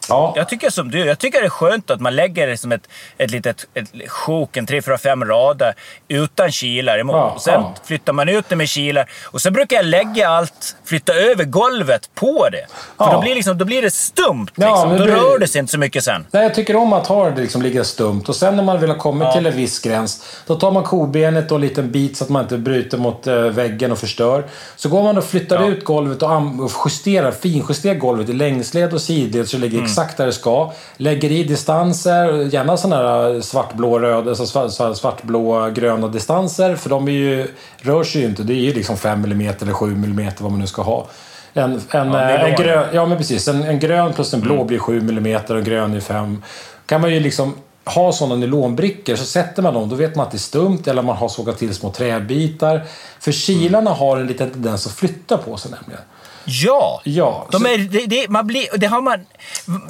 S2: ja.
S3: Jag tycker som du. Jag tycker det är skönt att man lägger liksom ett, ett litet ett sjok, en tre, fyra, fem rader utan kilar. emot.
S2: Ja,
S3: Och sen
S2: ja.
S3: flyttar man ut det med kilar. Och sen brukar jag lägga allt, flytta över golvet på det. För
S2: Ja.
S3: då, blir liksom, då blir det stumt.
S2: Ja,
S3: Liksom.
S2: men
S3: då
S2: det-
S3: rör det sig inte så mycket sen.
S2: Nej, jag tycker om att ha det liksom ligga stumt. Och sen när man väl har kommit till en viss gräns, då tar man kobenet och en liten bit så att man inte bryter mot eh, väggen och förstör. Så går man och flyttar ut golvet och, an- och justerar, finjusterar golvet i längsled och sidled så det
S3: Mm.
S2: ligger exakt där det ska. Lägger i distanser, gärna sådana här eh, svartblå, röda, så svart, så här svartblå, gröna distanser. För de är ju, rör sig ju inte. Det är ju liksom 5 mm eller 7 mm vad man nu ska ha. En, en,
S3: det är
S2: eh, en,
S3: bra.
S2: grön, Ja, men precis. En, en grön plus en blå blir 7 mm och grön är 5. kan man ju liksom ha sådana nylonbrickor, så sätter man dem, då vet man att det är stumt eller man har sågat till små träbitar. För kilarna
S3: Mm.
S2: har en liten tendens att flytta på sig nämligen.
S3: Ja!
S2: Ja,
S3: De
S2: så-
S3: är, det, det, man blir, det har man,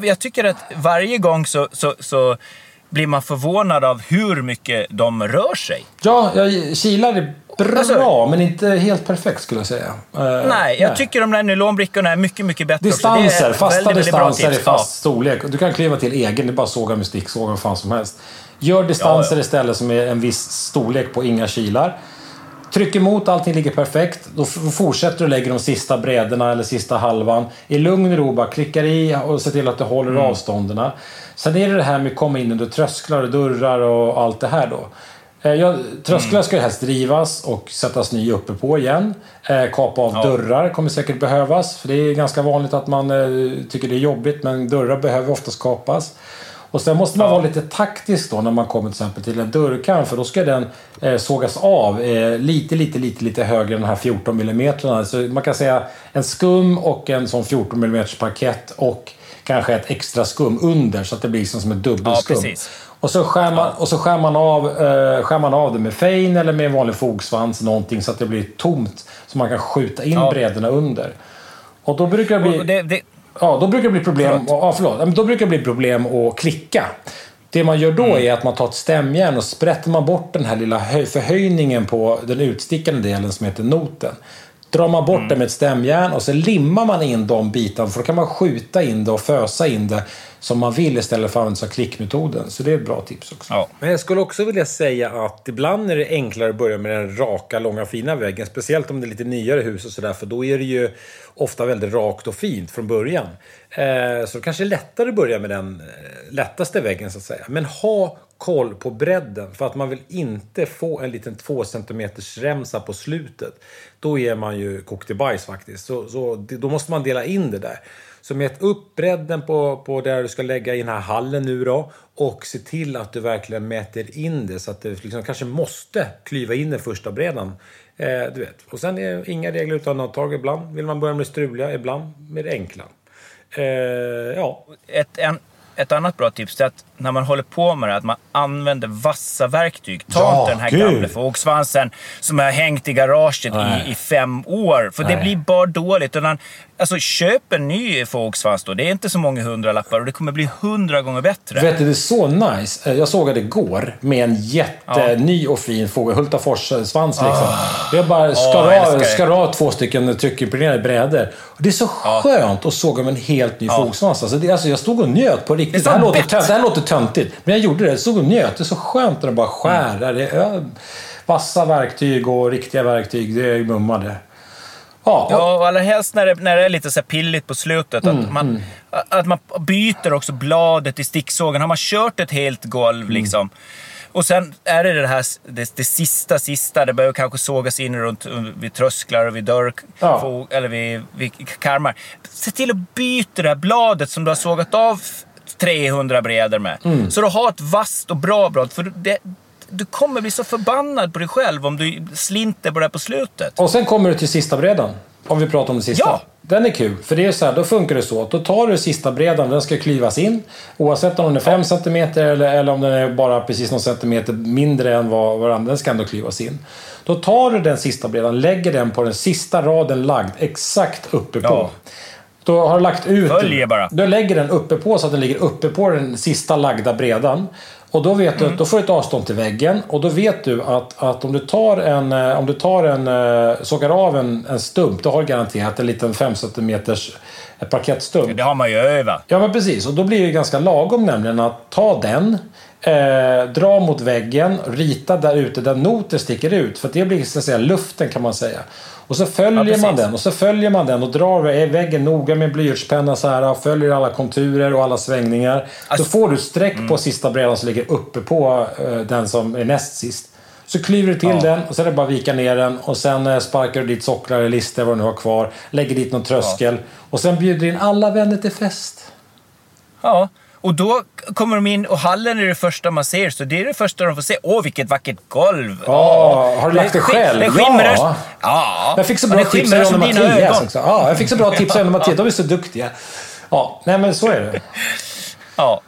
S3: jag tycker att varje gång så, så, så blir man förvånad av hur mycket de rör sig.
S2: Ja, jag, kilar är bra,
S3: Alltså-
S2: men inte helt perfekt skulle jag säga. Eh,
S3: Nej, jag tycker de där nylonbrickorna är mycket, mycket bättre. också. Det är
S2: Distanser,
S3: ett
S2: fasta
S3: väldigt, väldigt bra
S2: distanser i
S3: tips. Ja.
S2: fast storlek. Du kan kliva till egen, det är bara att såga med sticksåg vad fan som helst. Gör distanser
S3: Ja, ja.
S2: istället som är en viss storlek på inga kilar. Tryck emot, allting ligger perfekt. Då f- fortsätter du lägga de sista brädorna eller sista halvan. I lugn och ro bara klickar i och se till att du håller
S3: Mm.
S2: avstånderna. Sen är det det här med att komma in under trösklar och dörrar och allt det här då. Eh, Ja, trösklar ska ju helst rivas och sättas ny uppe på igen. Eh, kapa av dörrar kommer säkert behövas. För det är ganska vanligt att man eh, tycker det är jobbigt men dörrar behöver oftast kapas. Och sen måste man vara lite taktisk då när man kommer till exempel till en dörrkarm för då ska den eh, sågas av eh, lite, lite, lite, lite högre än den här 14 millimeterna. Så man kan säga en skum och en sån 14 millimeters parkett och kanske ett extra skum under så att det blir liksom som ett dubbelskum.
S3: Ja, precis.
S2: Och så skär man, och så skär man, av, eh, skär man av det med fein eller med en vanlig fogsvans någonting så att det blir tomt så man kan skjuta in brädorna under. Och då brukar det bli...
S3: Och det, det,
S2: Ja, då brukar det bli problem, Ja, förlåt. Ja, men Då brukar det bli problem att klicka. Det man gör då är att man tar ett stämjärn och sprätter man bort den här lilla hö- förhöjningen på den utstickande delen som heter noten. Drar man bort den med ett stämjärn och så limmar man in de bitarna för då kan man skjuta in det och fösa in det som man vill istället för att använda sig av klickmetoden. Så det är ett bra tips också.
S3: ja.
S2: Men jag skulle också vilja säga att ibland är det enklare att börja med den raka, långa, fina väggen. Speciellt om det är lite nyare hus och sådär, för då är det ju ofta väldigt rakt och fint från början. Eh, så det kanske är lättare att börja med den eh, lättaste väggen, så att säga. Men ha koll på bredden, för att man vill inte få en liten 2 cm remsa på slutet. Då är man ju kokt i bajs faktiskt. Så, så, det- då måste man dela in det där. Så mät upp bredden på, på där du ska lägga i den här hallen nu då och se till att du verkligen mäter in det så att du liksom kanske måste klyva in den första brädan. Eh, du vet. Och sen är inga regler utan undantag. Ibland vill man börja med det struliga, ibland med det enkla. Eh, ja.
S3: Ett, en, ett annat bra tips är att när man håller på med det, att man använder vassa verktyg. Ta
S2: Ja,
S3: inte den här
S2: gud.
S3: gamla fågsvansen som har hängt i garaget
S2: Nej.
S3: i, i fem år. För
S2: Nej.
S3: det blir bara dåligt. Utan, alltså, köp en ny fågsvans då. Det är inte så många hundralappar och det kommer bli hundra gånger bättre.
S2: Vet du, det är så nice. Eh, Jag såg det igår med en jätteny och fin fågel, Hultafors-svans liksom. Jag bara skar,
S3: Ah. jag älskar
S2: av,
S3: det.
S2: skar av två stycken tryckimpregnerade brädor. Och Det är så skönt att såga med en helt ny fogsvans. Alltså, det, alltså, jag stod och njöt på riktigt. Det
S3: Det är
S2: här,
S3: som
S2: låter
S3: bett.
S2: tönt, det här låter töntigt. Men jag gjorde det. Så njöt. Det är så skönt när de bara skär.
S3: Mm.
S2: där. Det är ö- vassa verktyg och riktiga verktyg. Det är mumma det. Ja, och-
S3: Ja, och allra helst när det, när det är lite så här pilligt på slutet. att, man, att man byter också bladet i sticksågen. Har man kört ett helt golv liksom. Och sen är det det här det, det sista, sista. Det behöver kanske sågas in runt uh, vid trösklar och vid dörr.
S2: Ja.
S3: fo- Eller vid, vid karmar. Se till att byta det här bladet som du har sågat av 300 breder med. Så du har ett vasst och bra blad. För det, du kommer bli så förbannad på dig själv om du slinter på det här på slutet.
S2: Och sen kommer du till sista bredan. Om vi pratar om den sista.
S3: Ja.
S2: Den är kul, för det är så här, då funkar det så. Då tar du sista bredan, den ska klyvas in. Oavsett om den är 5 cm eller, eller om den är bara precis någon centimeter mindre än vad varandra, den ska ändå klyvas in. Då tar du den sista bredan, lägger den på den sista raden lagd, exakt uppe på.
S3: Ja.
S2: Då har du lagt ut
S3: Följer bara.
S2: Du lägger den uppe på så att den ligger uppe på den sista lagda bredan. Och då, vet du, att- då får du ett avstånd till väggen och då vet du att, att om du tar en, eh, om du tar en eh, sågar av en, en stump, då har du garanterat en liten 5 cm parkettstump.
S3: Det har man ju övat.
S2: Ja, men precis. Och då blir det ganska lagom nämligen att ta den, eh, dra mot väggen, rita där ute där noter sticker ut. För att det blir så att säga luften kan man säga. Och så
S3: Ja,
S2: följer
S3: precis.
S2: man den och så följer man den och drar i väggen noga med blyertspenna så här. och Följer alla konturer och alla svängningar. då
S3: Alltså-
S2: får du streck på sista brädan som ligger uppe på eh, den som är näst sist. Så klyver du till den och sen är det bara att vika ner den och sen eh, sparkar du dit socklar eller lister vad du nu har kvar. Lägger dit någon tröskel och sen bjuder du in alla vänner till fest.
S3: Ja, och då kommer de in och hallen är det första man ser, så det är det första de får se. Åh, vilket vackert golv!
S2: Ja, har du lagt det
S3: skin-
S2: själv?
S3: Det skimrar.
S2: Ja.
S3: Ja. ja.
S2: Jag fick så
S3: Och
S2: bra
S3: det
S2: tips
S3: skimrar
S2: av Anna
S3: som dina
S2: Mattias
S3: ögon.
S2: också. Ja, jag fick så bra tips av Anna Mattias. De är så duktiga. Ja, nej men så är det.
S3: Ja.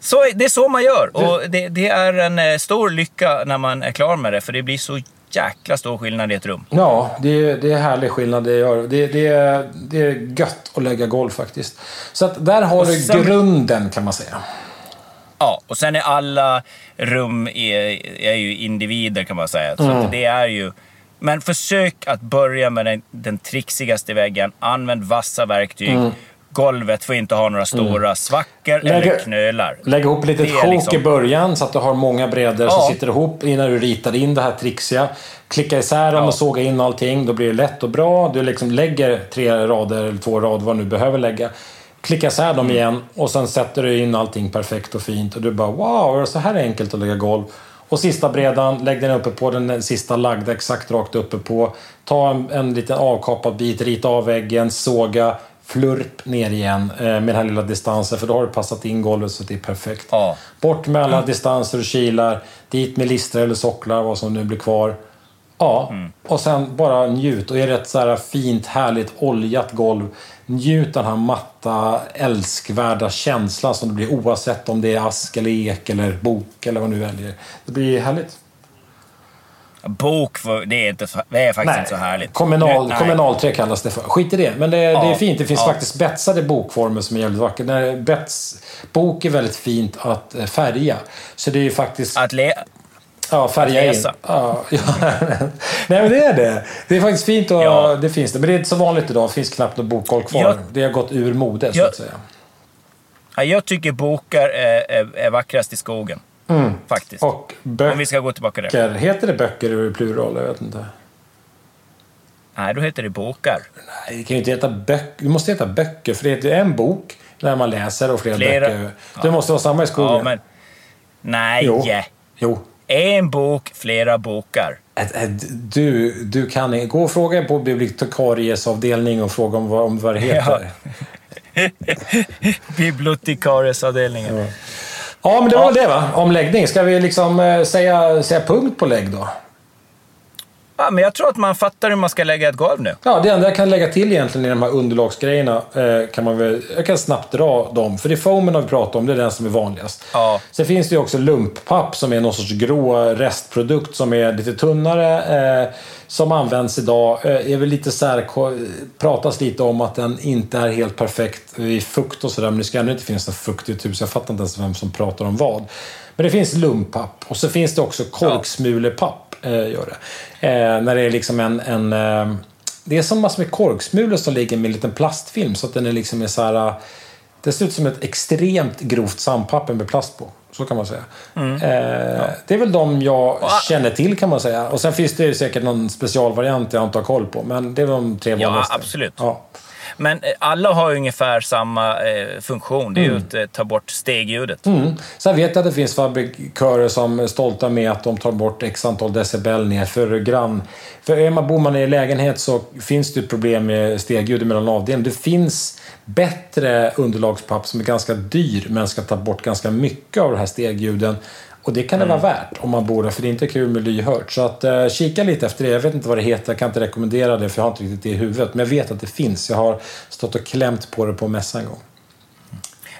S3: Så, är- det är så man gör. Och det, det är en eh, stor lycka när man är klar med det, för det blir så jäkla stor skillnad i ett rum.
S2: Ja, det är, det är härlig skillnad det gör. Det, det, är- det är gött att lägga golv faktiskt. Så att där har du
S3: sen-
S2: grunden kan man säga.
S3: Ja, och sen är alla rum är, är ju individer kan man säga. Så
S2: Mm.
S3: att det är ju... Men försök att börja med den, den trixigaste väggen. Använd vassa verktyg. Golvet får inte ha några stora svackor eller
S2: Mm. Lägg-
S3: knölar.
S2: Lägg ihop lite
S3: Det är
S2: sjok
S3: liksom-
S2: i början så att du har många brädor
S3: Ja.
S2: som sitter ihop innan du ritar in det här trixiga. Klicka isär dem och såga in allting. Då blir det lätt och bra. Du liksom lägger tre rader eller två rader, vad du nu behöver lägga. Klicka isär dem igen och sen sätter du in allting perfekt och fint. Och du bara wow, är det så här enkelt att lägga golv? Och sista bredan, lägg den uppe på den sista lagda exakt rakt uppe på. Ta en, en liten avkapad bit, rita av väggen, såga, flurp ner igen eh, med den här lilla distansen för då har du passat in golvet så att det är perfekt.
S3: Ja.
S2: Bort med alla distanser och kilar. Dit med lister eller socklar, vad som nu blir kvar. Ja,
S3: Mm.
S2: och sen bara njut. Och är det ett så här fint, härligt, oljat golv. Njut den här matta, älskvärda känslan som det blir oavsett om det är ask eller ek eller bok eller vad du väljer. Det blir härligt.
S3: Bok, för, det, är inte, så- det är faktiskt inte så härligt.
S2: Kommunal,
S3: Nej.
S2: kommunalträ kallas det för. Skit i det. Men det, det är
S3: Ja.
S2: fint. Det finns
S3: Ja.
S2: faktiskt betsade bokformer som är jävligt vackert. När bets, bok är väldigt fint att eh, färga. Så det är ju faktiskt...
S3: Att le...
S2: Ja, färga in.
S3: resa.
S2: Ja, ja. Nej, men det är det. Det är faktiskt fint och
S3: Ja.
S2: det finns det. Men det är inte så vanligt idag. Det finns knappt något bokhåll kvar.
S3: Jag-
S2: det har gått ur mode, så
S3: Jag-
S2: att säga.
S3: ja, jag tycker bokar är, är, är vackrast i skogen. Faktiskt.
S2: Mm. Och
S3: Om vi
S2: böcker.
S3: ska gå tillbaka där.
S2: Heter det böcker i plural? Jag vet inte.
S3: Nej, då heter det bokar.
S2: Nej, det kan ju inte heta böcker. Det måste heta böcker, för det heter ju en bok när man läser och flera,
S3: Flera.
S2: böcker. Det måste vara samma i skogen.
S3: Ja, men... Nej!
S2: Jo. jo.
S3: En bok, flera bokar.
S2: Ett- ett- Du, du kan gå och fråga på bibliotekariesavdelning och fråga om vad, om vad det heter.
S3: Bibliotekariesavdelningen.
S2: Ja, men det var väl det va? Om läggning. Ska vi liksom eh, säga, säga punkt på lägg då?
S3: Ja, men jag tror att man fattar hur man ska lägga ett golv nu.
S2: Ja, det enda jag kan lägga till egentligen i de här underlagsgrejerna eh, kan man väl... Jag kan snabbt dra dem. För det är foamen har vi pratat om, det är den som är vanligast.
S3: Ja.
S2: Sen finns det ju också lumppapp som är någon sorts grå restprodukt som är lite tunnare. Eh, som används idag. Eh, är väl lite så här, ko- pratas lite om att den inte är helt perfekt i fukt och sådär. Men det ska ändå inte finnas någon fukt i ett hus. Jag fattar inte ens vem som pratar om vad. Men det finns lumppapp och så finns det också korksmulepapp. Eh, gör det. Eh, när det är liksom en... en eh, det är som massor med korksmulor som ligger med en liten plastfilm så att den är liksom är så här... eh, Det ser ut som ett extremt grovt sandpapper med plast på. Så kan man säga. Eh, Det är väl de jag känner till kan man säga. Och sen finns det ju säkert någon specialvariant jag inte har koll på. Men det är väl de tre vanligaste.
S3: absolut.
S2: Ja.
S3: Men eh, alla har ju ungefär samma eh, funktion. Det är ju att eh, ta bort stegljudet.
S2: Mm. Sen vet jag att det finns fabrikörer som är stolta med att de tar bort x antal decibel ner för grann. För är man, bor man i lägenhet så finns det ett problem med stegljud mellan avdelningar. Det finns bättre underlagspapp som är ganska dyr men ska ta bort ganska mycket av de här stegljuden. Och det kan det vara värt om man bor där, för det är inte kul med lyhört. Så att eh, kika lite efter det. Jag vet inte vad det heter, jag kan inte rekommendera det för jag har inte riktigt det i huvudet. Men jag vet att det finns. Jag har stått och klämt på det på mässan en gång.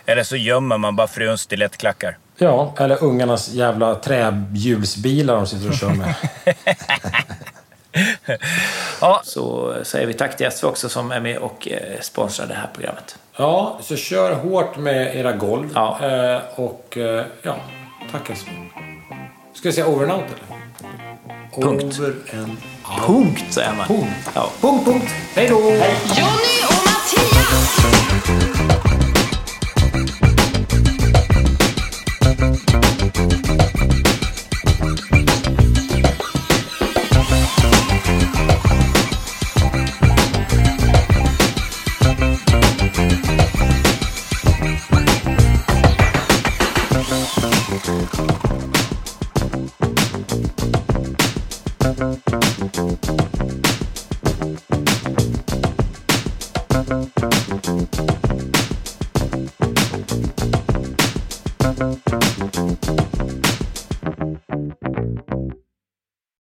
S3: Eller så gömmer man bara fruns stilettklackar.
S2: Ja, eller ungarnas jävla trähjulsbilar de sitter och kör med.
S3: Ja,
S1: Så eh, säger vi tack till SV också som är med och eh, sponsrar det här programmet.
S4: Ja, så kör hårt med era golv.
S1: Ja.
S4: Eh, och eh, ja, tack alltså. Ska jag säga over and out eller?
S1: Punkt.
S4: Over and
S1: Punkt, säger man.
S4: Punkt.
S1: Ja.
S4: Punkt, punkt. Hej då!
S5: Johnny och Mattias!
S6: Thank you.